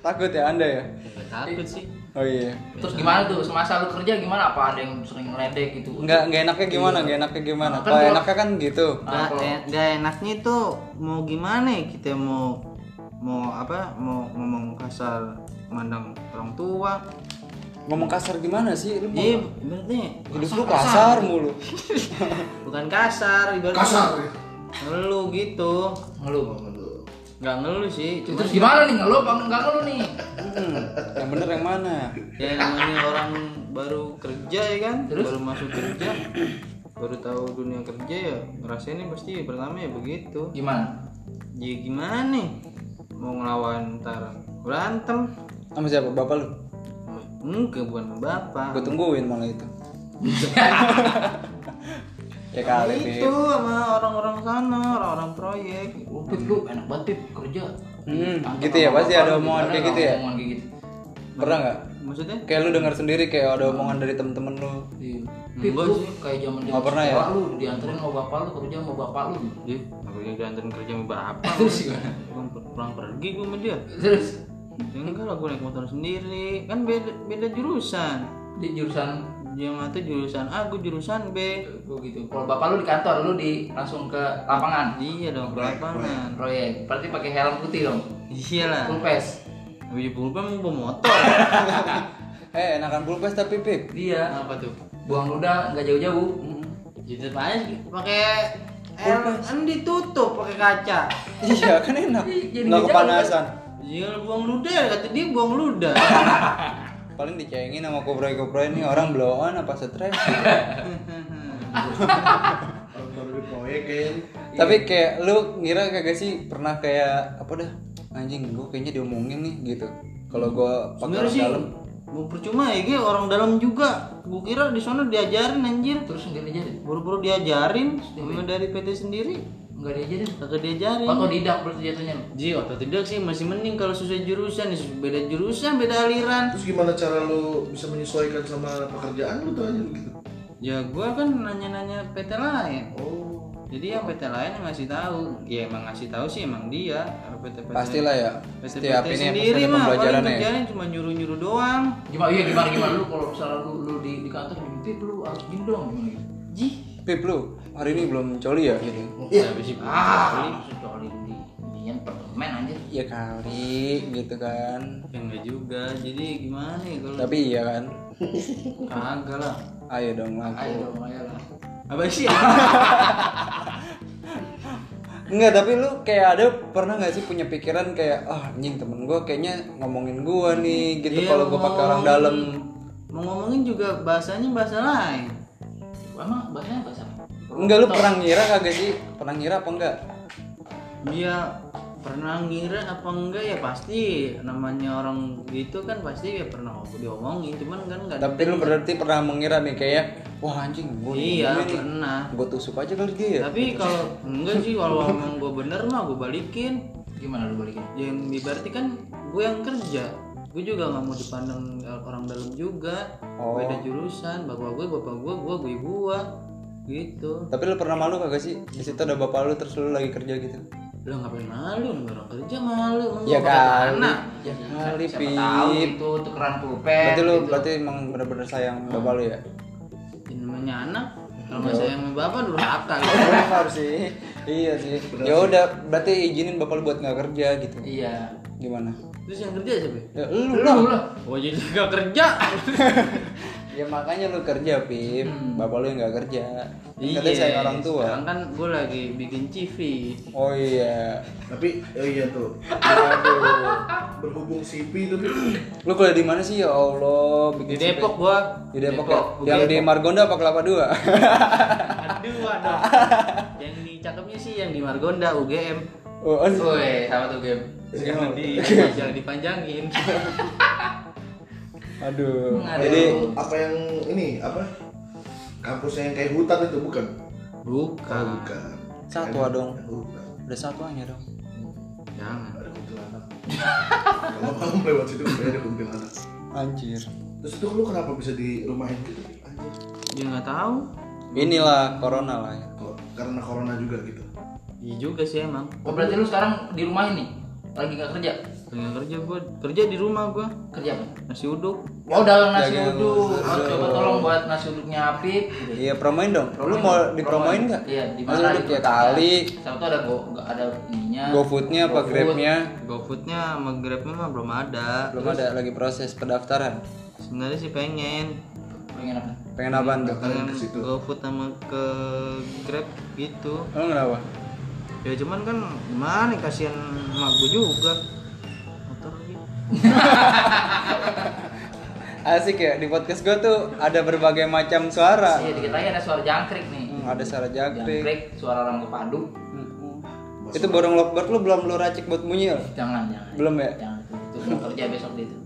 [SPEAKER 1] takut ya anda ya
[SPEAKER 4] Gak takut sih.
[SPEAKER 1] oh iya
[SPEAKER 3] Terus gimana tuh semasa lu kerja gimana? Apa ada yang sering ngeledek gitu?
[SPEAKER 1] nggak nggak enaknya gimana nggak enaknya gimana
[SPEAKER 3] Kan
[SPEAKER 1] kalau
[SPEAKER 3] kalau-
[SPEAKER 1] enaknya kan gitu
[SPEAKER 4] Nah,
[SPEAKER 3] kalau-
[SPEAKER 4] en- dah enaknya itu mau gimana ya kita mau mau apa mau ngomong kasar mandang orang tua
[SPEAKER 1] ngomong kasar gimana sih lu
[SPEAKER 4] iya ibaratnya
[SPEAKER 1] hidup lu kasar mulu
[SPEAKER 4] bukan kasar ibaratnya
[SPEAKER 2] kasar
[SPEAKER 4] ngeluh gitu
[SPEAKER 3] Ngeluh.
[SPEAKER 4] nggak ngeluh sih cuma
[SPEAKER 3] Terus gimana nih ngeluh apa enggak ngeluh nih?
[SPEAKER 1] Hmm, yang bener yang mana
[SPEAKER 4] ya namanya orang baru kerja ya kan
[SPEAKER 3] Terus?
[SPEAKER 4] baru masuk kerja baru tahu dunia kerja ya ngerasainnya pasti pertama ya begitu
[SPEAKER 3] Gimana?
[SPEAKER 4] ya gimana nih mau ngelawan ntar berantem
[SPEAKER 1] sama siapa bapak lu
[SPEAKER 4] enggak bukan sama bapak
[SPEAKER 1] gue tungguin malah itu ya kali Bib.
[SPEAKER 4] Nah, itu sama orang-orang sana orang-orang proyek
[SPEAKER 3] Oh, Pip, lu enak banget Pip kerja.
[SPEAKER 1] Hmm,
[SPEAKER 3] Kantor
[SPEAKER 1] gitu ya,
[SPEAKER 3] sama
[SPEAKER 1] pasti
[SPEAKER 3] bapak
[SPEAKER 1] ada
[SPEAKER 3] lu,
[SPEAKER 1] omongan
[SPEAKER 3] gimana
[SPEAKER 1] kayak gitu
[SPEAKER 3] nggak
[SPEAKER 1] ya?
[SPEAKER 3] Omongan kayak gitu.
[SPEAKER 1] pernah nggak
[SPEAKER 4] maksudnya
[SPEAKER 1] kayak lu dengar sendiri kayak ada omongan dari temen-temen lu
[SPEAKER 3] Iya. Pip,
[SPEAKER 4] Enggak
[SPEAKER 3] lu
[SPEAKER 4] sih.
[SPEAKER 3] kayak zaman
[SPEAKER 1] Nggak pernah ya?
[SPEAKER 3] sekolah lu dianterin sama bapak lu kerja sama bapak lu.
[SPEAKER 4] dia aku lagi ganteng kerja sama bapak
[SPEAKER 3] Terus gimana?
[SPEAKER 4] pulang, pulang pergi gue sama dia
[SPEAKER 3] Terus
[SPEAKER 4] Ya enggak lah gue naik motor sendiri kan beda beda jurusan
[SPEAKER 3] di jurusan
[SPEAKER 4] dia mah tuh jurusan A gue jurusan B
[SPEAKER 3] Oh gitu. Kalau bapak lu di kantor, lu di langsung ke lapangan
[SPEAKER 4] Iya dong, ke lapangan.
[SPEAKER 3] proyek. Berarti pakai helm putih dong.
[SPEAKER 4] Iya lah.
[SPEAKER 3] Pulpes.
[SPEAKER 4] Habis di pulpen mau bawa motor.
[SPEAKER 1] eh enakan pulpes tapi pip
[SPEAKER 3] Dia
[SPEAKER 4] Apa tuh?
[SPEAKER 3] buang luda nggak jauh-jauh.
[SPEAKER 4] Jadi aja sih, pakai air kan ditutup pakai kaca.
[SPEAKER 1] iya kan enak
[SPEAKER 3] Jadi
[SPEAKER 1] nggak
[SPEAKER 3] nggak
[SPEAKER 1] kepanasan
[SPEAKER 4] Iya buang ludah, kata dia buang ludah.
[SPEAKER 1] paling dicengin sama kobra kobra ini orang blow on apa stres
[SPEAKER 2] Orang baru di proyek kan
[SPEAKER 1] tapi kayak lu ngira kagak sih pernah kayak apa dah anjing gue kayaknya diomongin nih gitu Kalau gue pakai
[SPEAKER 4] Sebenarnya
[SPEAKER 1] orang
[SPEAKER 4] sih
[SPEAKER 1] dalam,
[SPEAKER 4] mau percuma ya, Ge, orang dalam juga. Gue kira di sana diajarin anjir.
[SPEAKER 3] terus nggak diajarin
[SPEAKER 4] Buru-buru diajarin sama dari PT sendiri.
[SPEAKER 3] nggak diajarin
[SPEAKER 4] Kagak diajarin.
[SPEAKER 3] otodidak berarti jatuhnya lu
[SPEAKER 4] Ji, otodidak sih masih mending kalau susah jurusan, ya. beda jurusan, beda aliran.
[SPEAKER 2] Terus gimana cara lu bisa menyesuaikan sama pekerjaan lu tuh aja gitu?
[SPEAKER 4] Ya gua kan nanya-nanya PT lain.
[SPEAKER 2] Oh,
[SPEAKER 4] Jadi yang PT lain yang ngasih tahu, ya emang ngasih tahu sih emang dia. Kalau PT PT
[SPEAKER 1] pastilah ya.
[SPEAKER 4] PT
[SPEAKER 1] Setiap ini pasti ada
[SPEAKER 4] sendiri mah paling
[SPEAKER 1] pembelajarannya.
[SPEAKER 4] kerjanya cuma nyuruh-nyuruh doang.
[SPEAKER 3] gimana iya gimana gimana lu kalau misalnya lu, lu di di kantor ya mimpi lu harus gini dong gimana gitu
[SPEAKER 4] Ji,
[SPEAKER 1] Pip lu, hari ini belum coli ya? Gitu.
[SPEAKER 4] ya habis itu.
[SPEAKER 3] ah maksud coli di di pertemen anjir
[SPEAKER 1] Ya kali gitu kan.
[SPEAKER 4] Ya enggak juga. Jadi gimana ya kalau
[SPEAKER 1] Tapi iya kan.
[SPEAKER 4] kagak lah.
[SPEAKER 1] Ayo dong laku.
[SPEAKER 3] ayo dong ayo lah
[SPEAKER 4] Apa sih?
[SPEAKER 1] Enggak, tapi lu kayak ada pernah nggak sih punya pikiran kayak ah anjing temen gue kayaknya ngomongin gua nih gitu
[SPEAKER 4] Iya,
[SPEAKER 1] kalau gue pakai orang
[SPEAKER 4] ngomongin-
[SPEAKER 1] dalam.
[SPEAKER 4] Mau ngomongin juga bahasanya bahasa lain.
[SPEAKER 3] emang bahasanya bahasa apa
[SPEAKER 1] Enggak lu pernah ngira kagak sih? Pernah ngira apa enggak?
[SPEAKER 4] Dia Iya, pernah ngira apa enggak ya pasti namanya orang gitu kan pasti ya pernah diomongin cuman kan enggak
[SPEAKER 1] Tapi lu berarti pernah mengira nih kayak wah anjing gue
[SPEAKER 4] Iya pernah.
[SPEAKER 1] gue tusuk aja kali dia ya.
[SPEAKER 4] Tapi kalau enggak sih kalau emang gue bener mah gue balikin.
[SPEAKER 3] gimana lu balikin
[SPEAKER 4] Yang berarti kan gue yang kerja. Gue juga nggak mau dipandang orang dalam juga.
[SPEAKER 1] Oh.
[SPEAKER 4] Beda jurusan. Bapak gue, bapak gue, gue, gue, gue. Gitu.
[SPEAKER 1] Tapi lu pernah malu kagak sih? Di situ ada bapak lu terus lu lagi kerja gitu.
[SPEAKER 4] Lo ngapain malu? Namanya Orang kerja malu. Emang
[SPEAKER 1] Ya
[SPEAKER 4] gua bakal
[SPEAKER 1] kali.
[SPEAKER 4] anak?
[SPEAKER 3] ya,
[SPEAKER 1] Kali,
[SPEAKER 3] siapa
[SPEAKER 1] Pip.
[SPEAKER 3] tahu itu tukeran pulpen
[SPEAKER 1] Berarti lu
[SPEAKER 3] gitu.
[SPEAKER 1] berarti emang bener-bener sayang bapak lu ya.
[SPEAKER 4] Ya, namanya anak.
[SPEAKER 1] Iya.
[SPEAKER 4] Kalau nggak sayang sama bapak durhaka. gitu.
[SPEAKER 1] Benar sih. Iya sih. Ya udah, berarti izinin bapak lu buat nggak kerja gitu.
[SPEAKER 3] iya
[SPEAKER 1] Gimana?
[SPEAKER 4] Terus yang kerja siapa?
[SPEAKER 1] Ya, lu
[SPEAKER 3] lu
[SPEAKER 1] lah.
[SPEAKER 3] lah
[SPEAKER 4] Oh jadi gak kerja.
[SPEAKER 1] Ya makanya lu kerja, Pip. Bapak lu yang nggak kerja. Iya.
[SPEAKER 4] Iya,
[SPEAKER 1] sayang orang tua.
[SPEAKER 4] Sekarang kan gue lagi bikin CV.
[SPEAKER 1] Oh iya.
[SPEAKER 2] tapi oh iya tuh. Berhubung CP tapi
[SPEAKER 1] Lu kuliah di mana sih ya Allah?
[SPEAKER 4] Di
[SPEAKER 1] Bikin
[SPEAKER 4] Depok
[SPEAKER 1] sipit.
[SPEAKER 4] gua.
[SPEAKER 1] Di Depok, ya? Yang di Margonda apa Kelapa Dua?
[SPEAKER 4] Aduh, aduh. yang di cakepnya sih yang di Margonda UGM.
[SPEAKER 1] oh, aduh.
[SPEAKER 3] woi sama tuh game
[SPEAKER 4] Jangan di jangan dipanjangin.
[SPEAKER 1] aduh.
[SPEAKER 3] Aduh.
[SPEAKER 1] Jadi
[SPEAKER 2] apa yang ini apa? Kampusnya yang kayak hutan itu bukan?
[SPEAKER 4] Bukan.
[SPEAKER 2] Bukan.
[SPEAKER 1] Satwa dong.
[SPEAKER 2] Hutan.
[SPEAKER 1] Udah satuannya dong.
[SPEAKER 4] Jangan.
[SPEAKER 2] Ada kuntilanak. Kalau malam lewat situ pasti ada kuntilanak.
[SPEAKER 1] Anjir.
[SPEAKER 2] Terus itu lu kenapa bisa di rumahin gitu? Anjir.
[SPEAKER 4] Dia Ya, nggak tahu.
[SPEAKER 1] Inilah corona lah ya.
[SPEAKER 2] Kok karena corona juga gitu.
[SPEAKER 4] Iya juga sih emang.
[SPEAKER 3] oh, berarti lu sekarang di rumah ini lagi nggak kerja
[SPEAKER 4] Tengah kerja gua, kerja di rumah gua.
[SPEAKER 3] kerja apa
[SPEAKER 4] Nasi uduk.
[SPEAKER 3] Oh, dalam nasi
[SPEAKER 1] Jaga
[SPEAKER 3] uduk.
[SPEAKER 1] nasi
[SPEAKER 3] Oh, coba tolong buat nasi uduknya Apip.
[SPEAKER 1] Iya promoin dong. Lu
[SPEAKER 3] Promoin
[SPEAKER 1] mau
[SPEAKER 3] dong,
[SPEAKER 1] dipromoin nggak?
[SPEAKER 3] Iya, di
[SPEAKER 1] Masuk
[SPEAKER 3] mana?
[SPEAKER 1] dulu kayak kali.
[SPEAKER 3] Satu ada go, nggak ada ininya.
[SPEAKER 1] GoFoodnya apa
[SPEAKER 3] GoFood.
[SPEAKER 1] Grabnya?
[SPEAKER 4] GoFoodnya sama Grabnya mah belum ada.
[SPEAKER 1] Belum ada lagi proses pendaftaran.
[SPEAKER 4] Sebenarnya sih pengen
[SPEAKER 3] Pengen apa?
[SPEAKER 1] Pengen apaan
[SPEAKER 3] Hmm.
[SPEAKER 1] tuh?
[SPEAKER 2] Kalian
[SPEAKER 4] pengen
[SPEAKER 2] ke situ.
[SPEAKER 4] GoFood sama ke Grab gitu.
[SPEAKER 1] Lu kenapa?
[SPEAKER 4] Ya cuman kan gimana kasihan emak gua juga. Motor lagi.
[SPEAKER 1] Asik ya di podcast gue tuh ada berbagai macam suara.
[SPEAKER 3] Iya, dikit lagi ada suara jangkrik nih.
[SPEAKER 1] Hmm, ada suara jangkrik.
[SPEAKER 3] Jangkrik, suara orang kepadu.
[SPEAKER 1] Hmm. Itu borong lovebird lu belum lu racik buat munyil?
[SPEAKER 3] Jangan, jangan.
[SPEAKER 1] Belum ya?
[SPEAKER 3] Jangan itu. Itu mau kerja besok dia itu.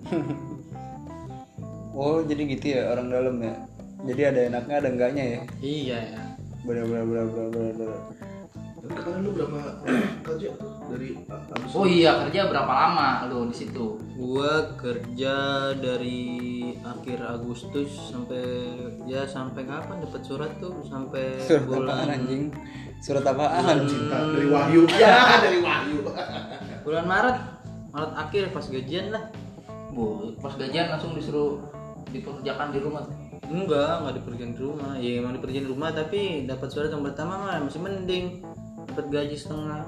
[SPEAKER 1] Oh jadi gitu ya orang dalam ya. Jadi ada enaknya ada enggaknya ya.
[SPEAKER 4] Iya ya.
[SPEAKER 1] Bener bener bener bener bener. bener.
[SPEAKER 2] Tapi kemarin lu berapa kerja tuh dari ah, a- abis
[SPEAKER 3] Oh iya, kerja berapa lama lu di situ?
[SPEAKER 4] Gua kerja dari akhir Agustus sampai ya sampai kapan dapat surat tuh sampai
[SPEAKER 1] Surat apaan
[SPEAKER 4] bulan
[SPEAKER 1] anjing? Surat apaan?
[SPEAKER 2] cinta dari Wahyu. Ya, dari Wahyu.
[SPEAKER 4] bulan Maret Maret akhir pas gajian lah
[SPEAKER 3] Bu, pas gajian langsung disuruh dipekerjakan di rumah.
[SPEAKER 4] enggak enggak dipergian di rumah ya emang dipergian di rumah tapi dapat surat yang pertama mah masih mending dapat gaji setengah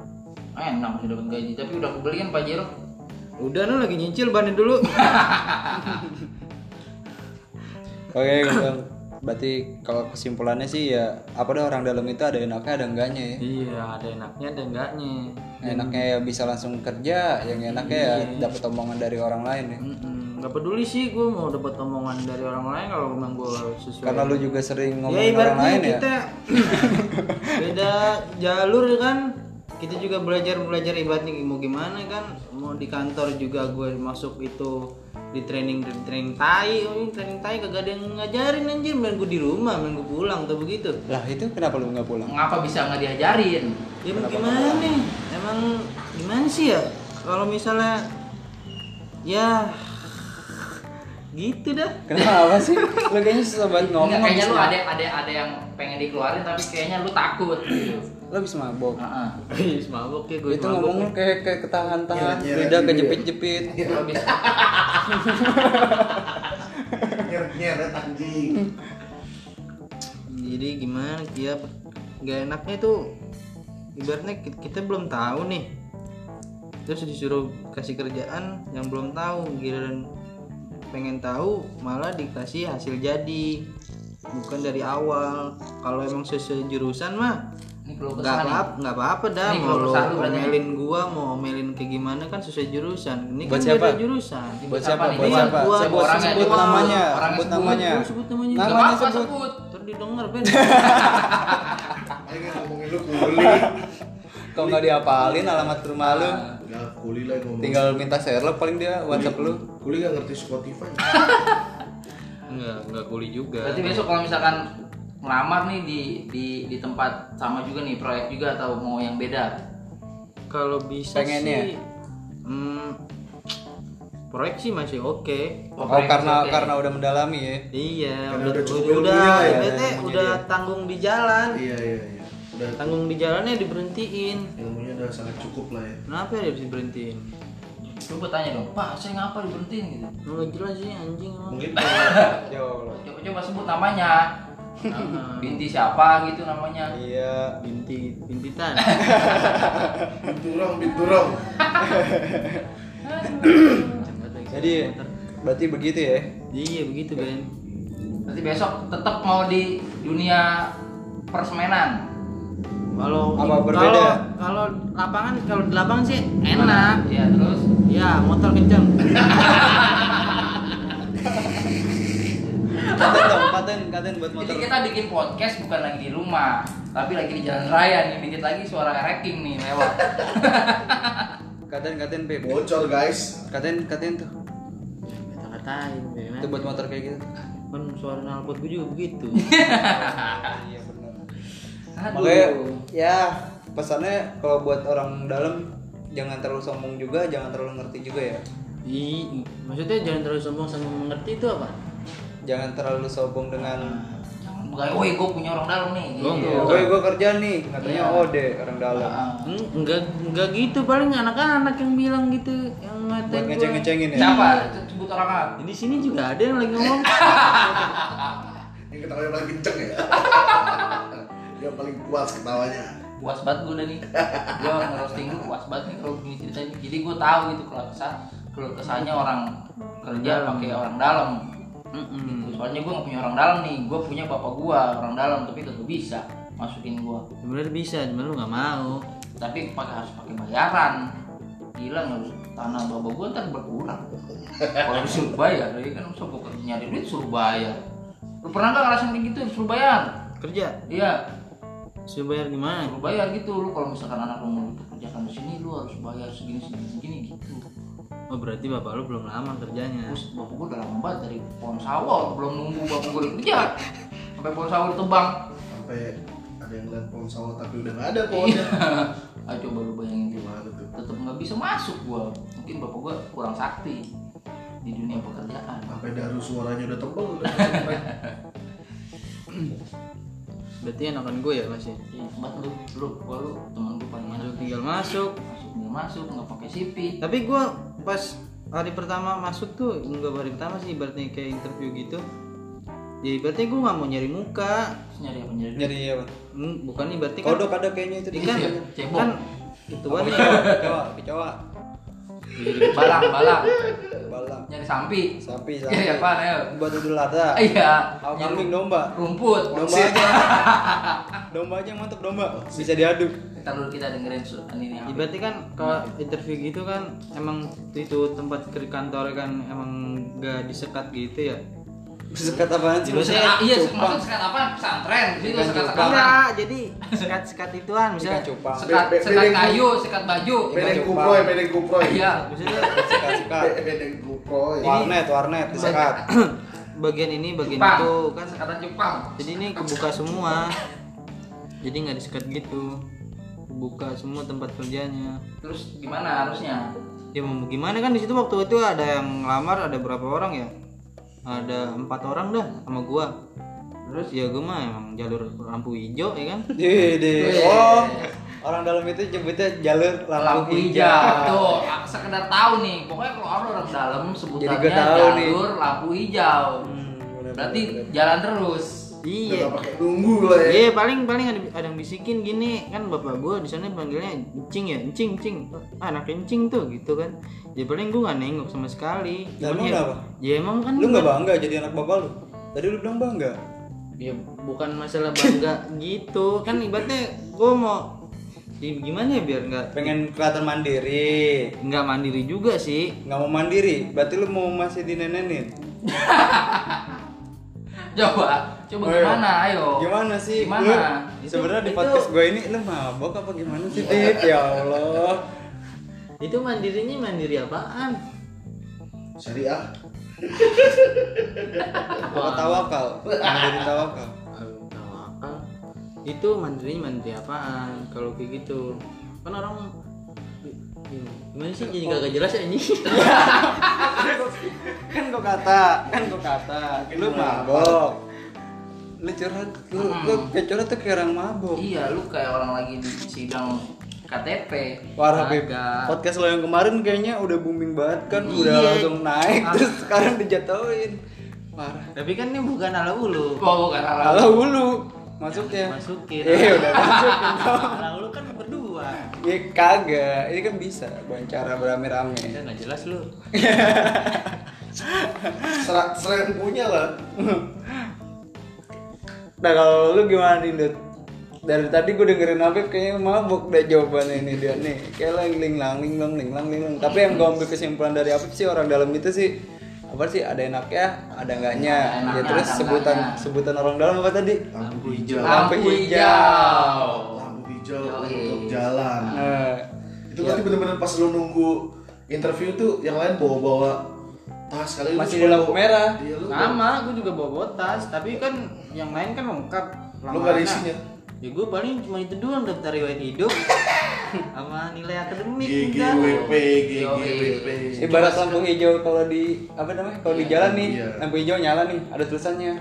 [SPEAKER 3] Ah, enak masih dapat gaji, tapi udah kebeliin Pajero.
[SPEAKER 4] udah lu lagi nyicil banin dulu
[SPEAKER 1] Oke, Bang. berarti kalau kesimpulannya sih ya apa dah orang dalam itu ada enaknya ada enggaknya ya.
[SPEAKER 4] iya ada enaknya ada enggaknya
[SPEAKER 1] Enaknya ya bisa langsung kerja, yang enaknya
[SPEAKER 4] Iya.
[SPEAKER 1] ya dapat omongan dari orang lain ya.
[SPEAKER 4] Mm-mm. nggak peduli sih gue mau dapat omongan dari orang lain kalau memang gue sesuai
[SPEAKER 1] Karena lu juga sering
[SPEAKER 4] ya
[SPEAKER 1] ngomongin orang
[SPEAKER 4] ibaratnya
[SPEAKER 1] lain ya.
[SPEAKER 4] kita beda jalur kan kita juga belajar belajar ibaratnya mau gimana kan mau di kantor juga gue masuk itu di training di training tai oh, ini training tai kagak ada yang ngajarin anjir main gue di rumah main gue pulang tuh begitu
[SPEAKER 1] Lah itu kenapa lu nggak pulang?
[SPEAKER 3] Ngapa bisa nggak diajarin?
[SPEAKER 4] ya mau gimana nih emang gimana sih ya kalau misalnya ya gitu dah
[SPEAKER 1] Kenapa sih? Lu kayaknya susah banget ngomong.
[SPEAKER 3] Nggak, kayaknya lu
[SPEAKER 1] abis-
[SPEAKER 3] ada ada ada yang pengen dikeluarin tapi kayaknya lu takut gitu.
[SPEAKER 1] Lu habis mabok.
[SPEAKER 3] Heeh.
[SPEAKER 4] Ih, mabok ya gue
[SPEAKER 1] itu ngomong lu kayak kayak ketahan-tahan,
[SPEAKER 2] Iya, iya,
[SPEAKER 1] lidah
[SPEAKER 2] iya.
[SPEAKER 1] kejepit-jepit.
[SPEAKER 3] Lu habis
[SPEAKER 2] nyeret nyeret anjing
[SPEAKER 4] jadi gimana ya nggak enaknya tuh ibaratnya ki- kita belum tahu nih terus disuruh kasih kerjaan yang belum tahu giliran pengen tahu malah dikasih hasil jadi bukan dari awal kalau emang sesuai jurusan mah
[SPEAKER 3] ini perlu
[SPEAKER 4] nggak
[SPEAKER 3] kesana.
[SPEAKER 4] apa nggak apa apa dah
[SPEAKER 3] Ini
[SPEAKER 4] mau
[SPEAKER 3] kalau
[SPEAKER 4] lo
[SPEAKER 3] kesalahan lu berarti.
[SPEAKER 4] omelin gua mau omelin kayak gimana kan sesuai jurusan ini
[SPEAKER 1] Buat
[SPEAKER 4] kan
[SPEAKER 1] siapa?
[SPEAKER 4] beda jurusan
[SPEAKER 1] Buat
[SPEAKER 3] Buat
[SPEAKER 1] siapa?
[SPEAKER 3] apa nih?
[SPEAKER 1] Buat
[SPEAKER 4] Iya,
[SPEAKER 1] siapa?
[SPEAKER 4] buat
[SPEAKER 1] Sebut
[SPEAKER 4] orangnya
[SPEAKER 1] sebut
[SPEAKER 4] doang.
[SPEAKER 1] namanya,
[SPEAKER 3] Orangnya
[SPEAKER 1] sebut
[SPEAKER 3] sebut.
[SPEAKER 1] namanya.
[SPEAKER 4] Gua sebut namanya
[SPEAKER 1] Nama-
[SPEAKER 3] Nggak
[SPEAKER 4] juga.
[SPEAKER 1] Namanya
[SPEAKER 3] apa-apa
[SPEAKER 1] sebut.
[SPEAKER 3] sebut.
[SPEAKER 4] Ntar didengar Ben
[SPEAKER 2] Ayo kan ngomongin lu kuli
[SPEAKER 1] Kalau nggak diapalin alamat rumah lu,
[SPEAKER 2] Gak kuli lah yang ngomong
[SPEAKER 1] tinggal minta share lo paling dia WhatsApp lu.
[SPEAKER 2] Kuli gak ngerti Spotify
[SPEAKER 4] Enggak, enggak kuli juga
[SPEAKER 3] Berarti besok kalau misalkan ngelamar nih di di di tempat sama juga nih proyek juga atau mau yang beda.
[SPEAKER 4] Kalau bisa
[SPEAKER 1] Pengennya?
[SPEAKER 4] sih hmm, Proyek sih masih oke
[SPEAKER 1] Oh,
[SPEAKER 3] proyek
[SPEAKER 1] karena
[SPEAKER 3] juga.
[SPEAKER 1] karena udah mendalami ya.
[SPEAKER 4] Iya,
[SPEAKER 2] Karena
[SPEAKER 4] udah
[SPEAKER 2] udah cukup
[SPEAKER 4] udah, udah,
[SPEAKER 2] ilmunya ya,
[SPEAKER 4] ibaratnya
[SPEAKER 1] ilmunya
[SPEAKER 4] udah tanggung di jalan
[SPEAKER 2] Iya iya iya Udah
[SPEAKER 4] Tanggung di jalannya diberhentiin
[SPEAKER 2] ilmunya udah sangat cukup lah ya
[SPEAKER 4] Kenapa ya bisa diberhentiin?
[SPEAKER 3] Coba tanya dong, Pak, saya ngapa diberhentiin gitu?
[SPEAKER 4] Nggak jelas sih anjing emang
[SPEAKER 2] Mungkin
[SPEAKER 1] Ya Allah.
[SPEAKER 3] Coba, coba sebut namanya. Binti siapa gitu namanya?
[SPEAKER 1] Iya.
[SPEAKER 4] Binti, bintitan
[SPEAKER 2] binturong binturong
[SPEAKER 1] Jadi berarti begitu ya.
[SPEAKER 4] Iya begitu Ben
[SPEAKER 3] Berarti besok tetap mau di dunia persmenan.
[SPEAKER 4] Kalau
[SPEAKER 1] Apa berbeda?
[SPEAKER 4] kalau kalau lapangan kalau di lapangan sih enak.
[SPEAKER 3] Ya terus
[SPEAKER 4] Ya motor kenceng.
[SPEAKER 1] Katen dong, katen, katen buat motor.
[SPEAKER 3] Jadi kita bikin podcast bukan lagi di rumah, tapi lagi di jalan raya nih. Dikit lagi suara racking nih lewat.
[SPEAKER 1] Katen, katen Beb.
[SPEAKER 2] bocor guys
[SPEAKER 1] Katen, katen tuh.
[SPEAKER 4] Kata-katain Ben.
[SPEAKER 1] Itu buat motor kayak gitu.
[SPEAKER 4] Iya, Kan suara nalpot gue juga begitu.
[SPEAKER 1] Iya benar.
[SPEAKER 3] Aduh.
[SPEAKER 1] Makanya ya pesannya kalau buat orang dalam jangan terlalu sombong juga, jangan terlalu ngerti juga ya.
[SPEAKER 4] I, maksudnya jangan terlalu sombong sama mengerti itu apa?
[SPEAKER 1] Jangan terlalu sombong dengan
[SPEAKER 3] Jangan begay, woi gue punya orang dalam nih.
[SPEAKER 4] Gua
[SPEAKER 3] Gitu.
[SPEAKER 4] enggak.
[SPEAKER 1] Gue gue kerja nih, katanya
[SPEAKER 3] Iya.
[SPEAKER 1] ode orang dalam.
[SPEAKER 3] Ah.
[SPEAKER 4] Eng- Hmm, Enggak enggak gitu paling anak-anak yang bilang gitu yang
[SPEAKER 1] Buat
[SPEAKER 4] ngatain gua.
[SPEAKER 1] ngeceng-ngecengin ya.
[SPEAKER 3] Siapa? Sebut orangnya.
[SPEAKER 4] Di sini juga ada yang lagi ngomong.
[SPEAKER 2] yang ketawanya paling kenceng ya yang paling puas ketawanya
[SPEAKER 3] Puas banget gue nih. Gue ngerosting lu puas banget nih kalau begini ceritanya. Jadi gue tahu itu kalau kesah kalau kesannya orang kerja pakai orang dalam. Gitu.
[SPEAKER 4] Mm-mm.
[SPEAKER 3] Soalnya gue gak punya orang dalam nih. Gue punya bapak gue orang dalam tapi kagak bisa masukin gue.
[SPEAKER 4] Sebenarnya bisa, cuma lu nggak mau.
[SPEAKER 3] tapi pakai harus pakai bayaran gila nggak usah tanah bapak gua ntar berkurang kalau disuruh bayar ya kan sopo kerja nyari duit suruh bayar lu pernah nggak ngerasain kayak gitu suruh bayar
[SPEAKER 4] Kerja,
[SPEAKER 3] iya
[SPEAKER 4] suruh bayar gimana?
[SPEAKER 3] suruh bayar gitu lu kalau misalkan anak lu mau dikerjakan di sini lu harus bayar segini segini segini gitu
[SPEAKER 4] Oh berarti bapak lu belum lama kerjanya.
[SPEAKER 3] terus bapak gua udah lama banget dari pohon sawah belum nunggu bapak gua kerja sampai pohon sawah ditebang
[SPEAKER 2] sampai ada yang lihat pohon sawah tapi udah nggak ada pohonnya
[SPEAKER 3] ayo coba lu bayangin dulu
[SPEAKER 2] gimana tuh
[SPEAKER 3] tetap nggak bisa masuk gua mungkin bapak gua kurang sakti di dunia pekerjaan
[SPEAKER 2] sampai daru suaranya udah tebel
[SPEAKER 4] Berarti enakan gue ya masih.
[SPEAKER 3] Iya, buat lu, lu, gua lu temen gue paling masuk
[SPEAKER 4] Masuk tinggal masuk.
[SPEAKER 3] masuk nggak masuk nggak pakai CV.
[SPEAKER 4] Tapi gue pas hari pertama masuk tuh enggak hari pertama sih ibaratnya kayak interview gitu. Ya ibaratnya gue nggak mau nyari muka.
[SPEAKER 3] Terus nyari apa nyari? duit.
[SPEAKER 1] Nyari ya, Bang.
[SPEAKER 4] Hmm, Bukan ibaratnya kan
[SPEAKER 1] Kodok ada kayaknya itu di
[SPEAKER 4] Ikan
[SPEAKER 3] Iya, cebong.
[SPEAKER 4] kan ituan
[SPEAKER 1] Apa,
[SPEAKER 4] ya.
[SPEAKER 1] kecoa, kecoa, kecoa,
[SPEAKER 3] Balang, balang.
[SPEAKER 1] balang,
[SPEAKER 3] Nyari sampi.
[SPEAKER 1] sapi, sapi.
[SPEAKER 3] Nyari apa ya?
[SPEAKER 1] Buat idul adha.
[SPEAKER 3] Iya.
[SPEAKER 1] Kalau
[SPEAKER 3] nyari
[SPEAKER 1] kambing domba.
[SPEAKER 3] Rumput.
[SPEAKER 1] Domba aja. domba aja yang mantap domba. Bisa diaduk.
[SPEAKER 3] Ntar dulu kita dengerin su- ini nih. apa.
[SPEAKER 4] Ibaratnya kan kalau interview gitu kan emang itu tempat kerja kantor kan emang gak disekat gitu ya.
[SPEAKER 1] Sekat apaan sih?
[SPEAKER 3] Maksudnya,
[SPEAKER 1] Maksudnya,
[SPEAKER 3] iya,
[SPEAKER 1] cupang.
[SPEAKER 3] maksudnya sekat apa? Pesantren, di situ
[SPEAKER 1] Ikan
[SPEAKER 3] sekat
[SPEAKER 1] cupang.
[SPEAKER 3] sekat
[SPEAKER 4] Enggak, jadi sekat-sekat ituan
[SPEAKER 1] Ikan
[SPEAKER 4] misalnya.
[SPEAKER 1] cupang.
[SPEAKER 3] sekat
[SPEAKER 2] Be- be-
[SPEAKER 3] sekat
[SPEAKER 2] bedeng-
[SPEAKER 3] kayu, sekat baju.
[SPEAKER 2] Bedeng
[SPEAKER 1] Cupang.
[SPEAKER 2] kuproy, bedeng kuproy.
[SPEAKER 3] Iya,
[SPEAKER 4] Maksudnya
[SPEAKER 1] Sekat sekat.
[SPEAKER 2] Be- Bedeng kuproy.
[SPEAKER 1] Warnet, warnet, sekat.
[SPEAKER 4] bagian ini bagian
[SPEAKER 3] Jepang.
[SPEAKER 4] itu kan
[SPEAKER 3] Gitu Sekatan Jepang.
[SPEAKER 4] jadi ini kebuka semua. Jadi nggak disekat gitu. Kebuka semua tempat kerjanya.
[SPEAKER 3] Terus gimana harusnya?
[SPEAKER 4] Ya mau gimana kan di situ waktu itu ada yang ngelamar ada berapa orang ya? Ada empat orang dah sama gua. Terus ya gua mah emang jalur lampu hijau ya kan?
[SPEAKER 1] Di di. Oh, orang dalam itu nyebutnya jalur lampu
[SPEAKER 3] Lampu hijau.
[SPEAKER 1] hijau.
[SPEAKER 3] Tuh, aku sekedar tahu nih. Pokoknya kalau ada orang dalam sebutannya
[SPEAKER 1] gua tahu
[SPEAKER 3] jalur
[SPEAKER 1] nih.
[SPEAKER 3] lampu hijau.
[SPEAKER 1] Hmm, bener-bener.
[SPEAKER 3] Berarti jalan terus.
[SPEAKER 2] Udah
[SPEAKER 4] Iya.
[SPEAKER 2] gak pakai nunggu lah ya.
[SPEAKER 4] Iya paling paling ada, ada yang bisikin gini kan bapak gue di sana panggilnya encing ya encing encing ah, anak encing tuh gitu kan ya paling gue nggak nengok sama sekali
[SPEAKER 1] Lah, emang
[SPEAKER 4] Cuman ya,
[SPEAKER 1] kenapa?
[SPEAKER 4] ya emang kan
[SPEAKER 1] Lu
[SPEAKER 4] bukan-
[SPEAKER 1] nggak bangga jadi anak bapak lu? Tadi lu bilang bangga.
[SPEAKER 4] ya bukan masalah bangga gitu kan ibaratnya gue mau ya gimana ya biar nggak
[SPEAKER 1] Pengen kelihatan mandiri.
[SPEAKER 4] nggak mandiri juga sih
[SPEAKER 1] Nggak mau mandiri, berarti lu mau masih dinenenin.
[SPEAKER 3] Coba, coba
[SPEAKER 1] Oh, iya.
[SPEAKER 3] gimana? Ayo.
[SPEAKER 1] Gimana sih?
[SPEAKER 3] Gimana?
[SPEAKER 1] Lu, sebenarnya di
[SPEAKER 4] Itu-
[SPEAKER 1] podcast gue ini lu mabok apa gimana sih, Tit? Ya Allah.
[SPEAKER 4] itu mandirinya mandiri apaan
[SPEAKER 2] Syariah.
[SPEAKER 1] Apa tawakal? Mandiri tawakal.
[SPEAKER 4] tawakal itu mandirinya mandiri apaan kalau kayak gitu kan orang gimana sih jadi nggak jelas ya ini
[SPEAKER 1] kan gua kata kan gua kata lu mabok lu curhat lu lu kayak curhat tuh kayak orang mabok
[SPEAKER 3] Iya, lu kayak orang lagi di sidang KTP.
[SPEAKER 1] Parah Beb.
[SPEAKER 4] Agak.
[SPEAKER 1] podcast lo yang kemarin kayaknya udah booming banget kan udah
[SPEAKER 4] Iya.
[SPEAKER 1] langsung naik terus sekarang dijatuhin parah
[SPEAKER 4] tapi kan ini bukan ala ulu
[SPEAKER 3] Oh, bukan arah.
[SPEAKER 1] kalau hulu masuknya
[SPEAKER 4] masukin
[SPEAKER 1] iya udah masuk
[SPEAKER 4] ala ulu kan berdua
[SPEAKER 1] ya kagak ini kan bisa dengan cara
[SPEAKER 4] ya
[SPEAKER 1] beramai-ramai
[SPEAKER 4] nggak jelas lu
[SPEAKER 2] Serat selain punya lah.
[SPEAKER 1] nah kalau lu gimana Dindut? dari tadi gue dengerin Habib kayaknya mabuk deh jawabannya ini dia nih kayak lingling lang linglong linglang linglong tapi yang gue ambil kesimpulan dari Habib sih orang dalam itu sih apa sih ada enaknya ada enggaknya
[SPEAKER 3] Ada enaknya,
[SPEAKER 1] ya terus
[SPEAKER 3] ada
[SPEAKER 1] sebutan
[SPEAKER 3] enggaknya.
[SPEAKER 1] sebutan orang dalam apa tadi
[SPEAKER 2] Lampu hijau.
[SPEAKER 3] Lampu
[SPEAKER 1] Lampu
[SPEAKER 3] hijau.
[SPEAKER 2] Lampu hijau
[SPEAKER 3] Yoi.
[SPEAKER 2] untuk jalan.
[SPEAKER 1] Eh,
[SPEAKER 2] Itu berarti bener-bener pas lu nunggu interview tuh yang lain bawa-bawa tas kali lu
[SPEAKER 1] Masih
[SPEAKER 2] cuma
[SPEAKER 1] di lampu
[SPEAKER 2] bawa-
[SPEAKER 1] merah.
[SPEAKER 2] Iya lu.
[SPEAKER 4] sama gue juga bawa bawa tas tapi kan yang lain kan lengkap
[SPEAKER 2] Lu nggak ada
[SPEAKER 4] Lamarannya.
[SPEAKER 2] isinya?
[SPEAKER 4] ya gue paling cuma itu doang daftar riwayat hidup sama nilai akademik udah.
[SPEAKER 2] GGWP,
[SPEAKER 3] Yoi.
[SPEAKER 2] GGWP.
[SPEAKER 1] ibarat lampu hijau kalau di apa namanya kalau di jalan nih
[SPEAKER 2] Iya.
[SPEAKER 1] lampu hijau nyala nih ada tulisannya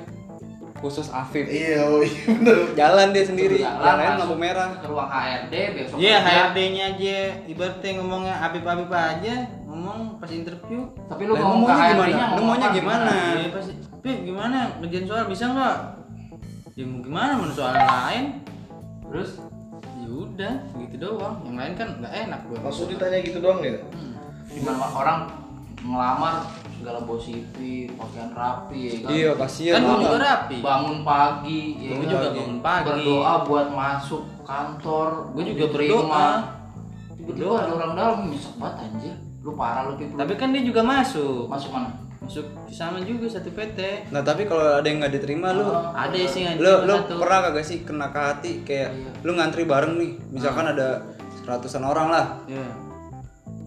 [SPEAKER 1] khusus Afif
[SPEAKER 2] Iya, oh iya bener.
[SPEAKER 1] jalan dia sendiri
[SPEAKER 3] Jalan,
[SPEAKER 1] yang lain lampu
[SPEAKER 3] masuk
[SPEAKER 1] merah
[SPEAKER 3] Ke ruang HRD besok.
[SPEAKER 4] Iya,
[SPEAKER 3] kerja.
[SPEAKER 4] HRD-nya aja ibaratnya ngomongnya Habib-Habib aja, ngomong pas interview.
[SPEAKER 3] Tapi lu
[SPEAKER 1] Lah,
[SPEAKER 3] ngomong ke
[SPEAKER 1] maunya
[SPEAKER 3] HRD-nya.
[SPEAKER 1] gimana? Lu
[SPEAKER 3] ngomong
[SPEAKER 1] maunya
[SPEAKER 3] apa?
[SPEAKER 1] gimana?
[SPEAKER 4] Iya, pas Pip, gimana? Kerjaan soal bisa nggak? Ya mau gimana mau soal lain? Terus ya udah, gitu doang. Yang lain kan nggak enak gua.
[SPEAKER 2] Langsung ditanya gitu doang ya.
[SPEAKER 3] Gimana hmm, orang ngelamar segala bosipi, pakaian rapi ya kan.
[SPEAKER 1] iya kasihan
[SPEAKER 4] Kan gua
[SPEAKER 1] Bang.
[SPEAKER 4] juga rapi.
[SPEAKER 3] Bangun pagi, ya
[SPEAKER 4] Gua
[SPEAKER 3] kan?
[SPEAKER 4] juga bangun pagi.
[SPEAKER 3] Berdoa buat masuk kantor. Gue juga
[SPEAKER 4] Berdoa.
[SPEAKER 3] terima. Tiba-tiba ada orang dalam nyesek banget anjir. Lu parah lu Pip. Lu
[SPEAKER 4] Tapi kan dia juga masuk.
[SPEAKER 3] masuk mana?
[SPEAKER 4] Masuk sama juga satu PT.
[SPEAKER 1] nah tapi kalau ada yang nggak diterima lu
[SPEAKER 4] Ada sih yang
[SPEAKER 1] lo
[SPEAKER 4] cuma
[SPEAKER 1] lo
[SPEAKER 4] satu.
[SPEAKER 1] pernah kagak sih kena ke hati kayak
[SPEAKER 3] Iya.
[SPEAKER 1] lu ngantri bareng nih
[SPEAKER 3] Ah.
[SPEAKER 1] misalkan ada seratusan orang lah
[SPEAKER 4] Iya.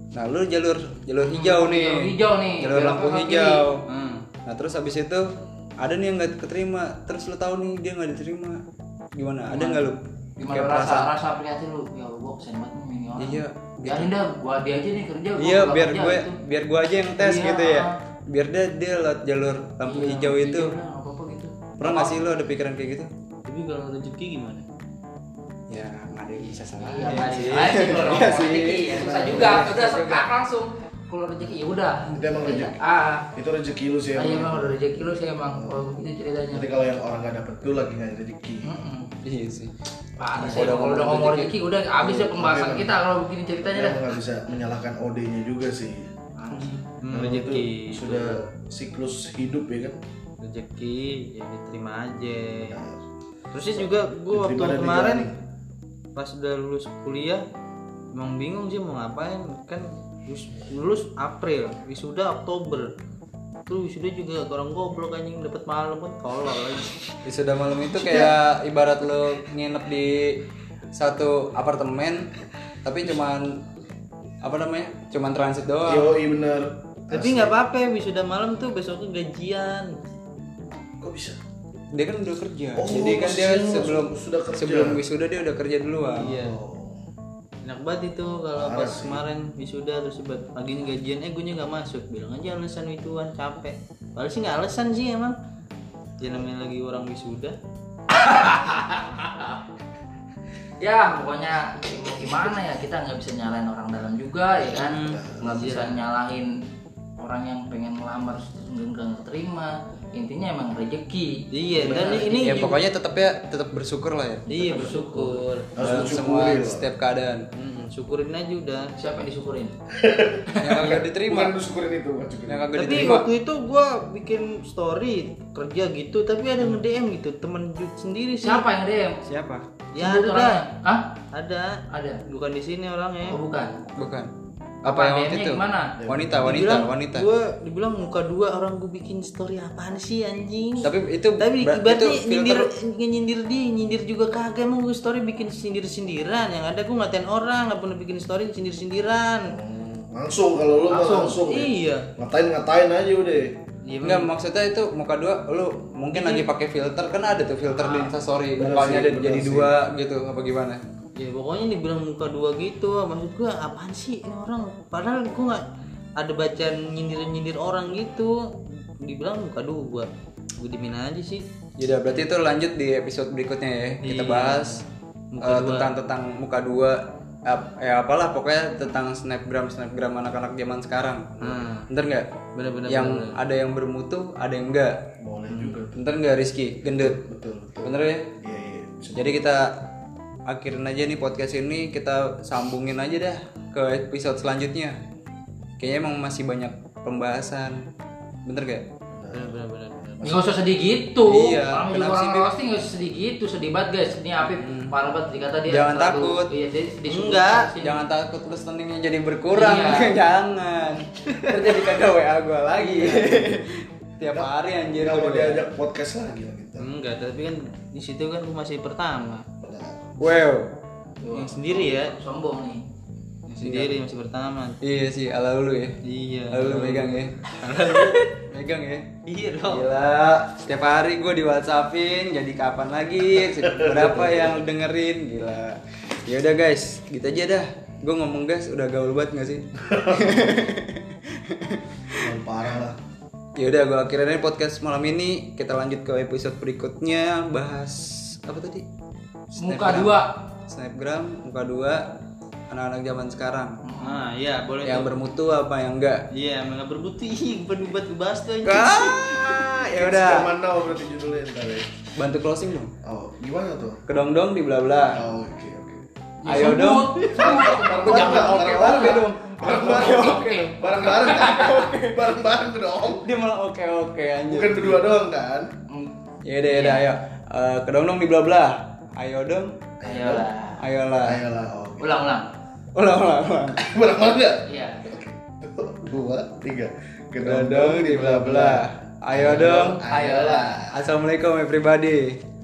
[SPEAKER 1] nah lu jalur jalur hijau nih
[SPEAKER 3] Hmm, Jalur hijau nih.
[SPEAKER 1] jalur
[SPEAKER 3] beloknya
[SPEAKER 1] lampu
[SPEAKER 3] ke kiri.
[SPEAKER 1] hijau
[SPEAKER 4] Hmm.
[SPEAKER 1] nah terus habis itu ada nih yang nggak keterima terus lu tahu nih dia nggak diterima gimana ada nggak lu
[SPEAKER 3] Gimana rasa rasa prihatin lu? Ya Allah, gua kesen banget nih ini orang.
[SPEAKER 1] Iya.
[SPEAKER 3] Biarin dah, gua dia aja nih kerja. gua
[SPEAKER 1] iya
[SPEAKER 3] nggak
[SPEAKER 1] biar
[SPEAKER 3] kerja,
[SPEAKER 1] gue
[SPEAKER 3] gitu.
[SPEAKER 1] biar gue aja yang tes
[SPEAKER 3] Iya.
[SPEAKER 1] gitu ya biar dia dia lewat jalur lampu
[SPEAKER 3] Iya,
[SPEAKER 1] hijau itu
[SPEAKER 3] udah, nggak apa-apa gitu.
[SPEAKER 1] pernah nggak sih lu ada pikiran kayak gitu
[SPEAKER 4] Tapi kalau rezeki gimana?
[SPEAKER 1] ya nggak ada yang bisa salah
[SPEAKER 3] Iya, sih. Iya sih. Iya, susah juga. Udah sekat langsung. Kalau rezeki ya udah.
[SPEAKER 2] Udah emang rezeki.
[SPEAKER 3] Ah,
[SPEAKER 2] Itu rezeki lu sih
[SPEAKER 3] ah,
[SPEAKER 2] emang.
[SPEAKER 3] iya emang udah rezeki lu sih emang. Kalau begitu ceritanya.
[SPEAKER 2] Nanti kalau yang orang gak dapet tuh lagi gak ada rezeki.
[SPEAKER 3] Mm-mm.
[SPEAKER 1] iya sih
[SPEAKER 3] Parah sih. Kalau udah ngomong rezeki udah habis ya pembahasan kita kalau begini ceritanya
[SPEAKER 2] Kita
[SPEAKER 3] dah.
[SPEAKER 2] nggak bisa menyalahkan OD-nya juga sih.
[SPEAKER 4] Hmm,
[SPEAKER 2] Karena
[SPEAKER 4] rezeki.
[SPEAKER 2] itu sudah siklus hidup ya kan.
[SPEAKER 4] rezeki ya diterima aja
[SPEAKER 2] Nah,
[SPEAKER 4] terus sih juga gue waktu
[SPEAKER 2] diterima dan
[SPEAKER 4] kemarin
[SPEAKER 2] dijalani.
[SPEAKER 4] pas udah lulus kuliah emang bingung sih mau ngapain kan lulus, lulus April wisuda Oktober lu sudah juga orang goblok anjing dapat malam kan kolor lagi
[SPEAKER 1] Wisuda malam itu kayak ibarat lo nginep di satu apartemen tapi cuman apa namanya? Cuman transit doang.
[SPEAKER 2] Yoi Iya, oh bener.
[SPEAKER 4] tapi nggak apa-apa wisuda malam tuh besoknya gajian
[SPEAKER 2] Kok bisa?
[SPEAKER 1] Dia kan udah kerja.
[SPEAKER 2] Oh,
[SPEAKER 1] Jadi kan dia
[SPEAKER 2] kasihan,
[SPEAKER 1] sebelum
[SPEAKER 2] sudah kerja.
[SPEAKER 1] sebelum wisuda dia udah kerja duluan.
[SPEAKER 4] iya enak banget itu kalau
[SPEAKER 2] Parah
[SPEAKER 4] pas
[SPEAKER 2] sih.
[SPEAKER 4] kemarin wisuda terus tiba- pagi ini gajian eh gue nggak masuk bilang aja alasan ituan capek padahal sih nggak alasan sih emang ya namanya lagi orang wisuda
[SPEAKER 3] ya pokoknya gimana ya kita nggak bisa nyalain orang dalam juga ya kan
[SPEAKER 1] Hmm.
[SPEAKER 3] nggak bisa nyalahin orang yang pengen ngelamar terus nggak nggak terima intinya emang rezeki
[SPEAKER 4] iya dan ini
[SPEAKER 1] Ya pokoknya tetap ya tetap bersyukur lah ya.
[SPEAKER 4] iya bersyukur
[SPEAKER 2] Harus
[SPEAKER 1] Dalam semua
[SPEAKER 2] disyukuri lah.
[SPEAKER 1] setiap keadaan.
[SPEAKER 4] Mm, syukurin aja udah
[SPEAKER 3] siapa yang disyukurin
[SPEAKER 1] Yang kagak diterima,
[SPEAKER 2] Bukan lu syukurin itu, bukan syukurin.
[SPEAKER 1] yang kagak
[SPEAKER 4] tapi
[SPEAKER 1] diterima.
[SPEAKER 4] waktu itu gua bikin story kerja gitu tapi ada nge DM gitu temen ju- sendiri sih
[SPEAKER 3] siapa yang DM
[SPEAKER 1] Siapa?
[SPEAKER 4] ya
[SPEAKER 3] Sebut
[SPEAKER 4] ada dah.
[SPEAKER 3] orangnya. Hah?
[SPEAKER 4] ada
[SPEAKER 3] ada
[SPEAKER 4] bukan di sini
[SPEAKER 3] oh
[SPEAKER 4] orangnya
[SPEAKER 3] bukan
[SPEAKER 1] Bukan. Apa yang waktu
[SPEAKER 3] DM-nya
[SPEAKER 1] itu?
[SPEAKER 3] gimana
[SPEAKER 1] Wanita, wanita,
[SPEAKER 4] Dibilang-
[SPEAKER 1] wanita.
[SPEAKER 4] gua dibilang muka dua orang gua bikin story apaan sih anjing
[SPEAKER 1] Tapi itu
[SPEAKER 4] tapi
[SPEAKER 1] ber-
[SPEAKER 4] ibaratnya
[SPEAKER 1] itu
[SPEAKER 4] nyindir
[SPEAKER 1] filter-
[SPEAKER 4] nyindir dia nyindir juga kagak emang gue story bikin sindir sindiran yang ada gue ngatain orang nggak pernah bikin story sindir sindiran
[SPEAKER 2] Hmm, Langsung kalau lu mah langsung. ya.
[SPEAKER 4] iya
[SPEAKER 2] Ngatain ngatain aja udah.
[SPEAKER 4] Iya,
[SPEAKER 1] Enggak maksudnya itu muka dua lu mungkin lagi pakai filter kan ada tuh filter di Instastory mukanya ada jadi dua gitu apa gimana?
[SPEAKER 4] ya pokoknya dibilang muka dua gitu maksud gua apaan sih ini orang padahal gua nggak ada bacaan nyindir nyindir orang gitu dibilang muka dua gue dimin aja sih
[SPEAKER 1] Jadi berarti itu lanjut di episode berikutnya ya kita
[SPEAKER 4] Iya.
[SPEAKER 1] bahas eh, tentang tentang muka dua ap- ya apalah pokoknya tentang snapgram snapgram anak-anak zaman sekarang.
[SPEAKER 4] nah
[SPEAKER 1] Bener nggak?
[SPEAKER 4] bener-bener
[SPEAKER 1] Yang ada yang bermutu ada yang enggak.
[SPEAKER 2] Boleh juga tuh.
[SPEAKER 1] Bener nggak Rizky? Gendut.
[SPEAKER 2] Betul. betul.
[SPEAKER 1] Bener ya?
[SPEAKER 2] Iya iya. Bisa
[SPEAKER 1] Jadi kita akhirin aja nih podcast ini kita sambungin aja dah ke episode selanjutnya. Kayaknya emang masih banyak pembahasan. Bener gak?
[SPEAKER 4] bener-bener
[SPEAKER 3] Nggak usah sedih gitu.
[SPEAKER 1] Iya,
[SPEAKER 3] orang juga
[SPEAKER 1] kenapa
[SPEAKER 3] orang
[SPEAKER 1] sih, Bib?
[SPEAKER 3] roasting nggak usah sedih gitu, sedih banget guys. Ini Apip parah banget dikata dia.
[SPEAKER 1] Jangan
[SPEAKER 3] selalu-
[SPEAKER 1] takut.
[SPEAKER 3] Iya, dia disuruh
[SPEAKER 1] Enggak,
[SPEAKER 3] kesini.
[SPEAKER 1] jangan takut lu stuntingnya jadi berkurang.
[SPEAKER 3] Iya.
[SPEAKER 1] jangan. Ntar jadi kagak WA gua lagi. Tiap hari anjir
[SPEAKER 2] Nggak
[SPEAKER 1] gua
[SPEAKER 2] mau
[SPEAKER 1] di-
[SPEAKER 2] diajak podcast lagi lah kita.
[SPEAKER 4] enggak tapi kan di situ kan gue masih pertama
[SPEAKER 2] Nah,
[SPEAKER 1] Wow.
[SPEAKER 3] Wah,
[SPEAKER 4] yang sendiri ya
[SPEAKER 3] Sombong nih.
[SPEAKER 4] yang sendiri masih pertama
[SPEAKER 1] Iya sih, ala lu ya.
[SPEAKER 4] iya
[SPEAKER 1] Ala lu megang ya. megang ya.
[SPEAKER 4] iya
[SPEAKER 3] Oh.
[SPEAKER 4] dong
[SPEAKER 1] Gila, setiap hari gue di WhatsAppin, jadi kapan lagi? Berapa yang dengerin? Gila. Ya udah guys, gitu aja dah. Gue ngomong guys, udah gaul banget gak sih?
[SPEAKER 2] parah lah.
[SPEAKER 1] ya udah gue akhirin aja podcast malam ini. Kita lanjut ke episode berikutnya bahas apa tadi?
[SPEAKER 3] Muka dua.
[SPEAKER 1] Snapgram, muka dua, anak-anak zaman sekarang.
[SPEAKER 4] nah iya boleh
[SPEAKER 1] Yang bermutu apa yang enggak?
[SPEAKER 4] Iya, emang gak berbuti, perlu buat bahas tuh anjing.
[SPEAKER 1] Ah, ya udah.
[SPEAKER 3] Iya.
[SPEAKER 2] Zaman now berarti judulnya ntar ya.
[SPEAKER 1] Bantu closing dong.
[SPEAKER 2] Oh, gimana tuh?
[SPEAKER 1] Kedong-dong di bla bla.
[SPEAKER 2] Oh, oke oke.
[SPEAKER 3] Ya,
[SPEAKER 1] Ayo
[SPEAKER 3] sebut.
[SPEAKER 1] dong.
[SPEAKER 2] Bareng-bareng lah, bareng-bareng dong. Bareng-bareng. Oke. Bareng-bareng. Bareng-bareng dong.
[SPEAKER 1] Dia malah oke oke anjir.
[SPEAKER 2] Bukan berdua doang kan?
[SPEAKER 1] Ya udah, ya udah, ayo. Eh, kedong dong di bla bla. Ayo dong.
[SPEAKER 3] Ayolah.
[SPEAKER 1] Ayolah.
[SPEAKER 2] Ayolah, oke.
[SPEAKER 3] Ulang-ulang.
[SPEAKER 1] Ulang ulang ulang.
[SPEAKER 2] Bareng-bareng nggak?
[SPEAKER 3] Iya.
[SPEAKER 2] Dua, tiga.
[SPEAKER 1] Kedong dong di bla bla. Ayo dong.
[SPEAKER 2] Ayolah.
[SPEAKER 1] Assalamualaikum everybody.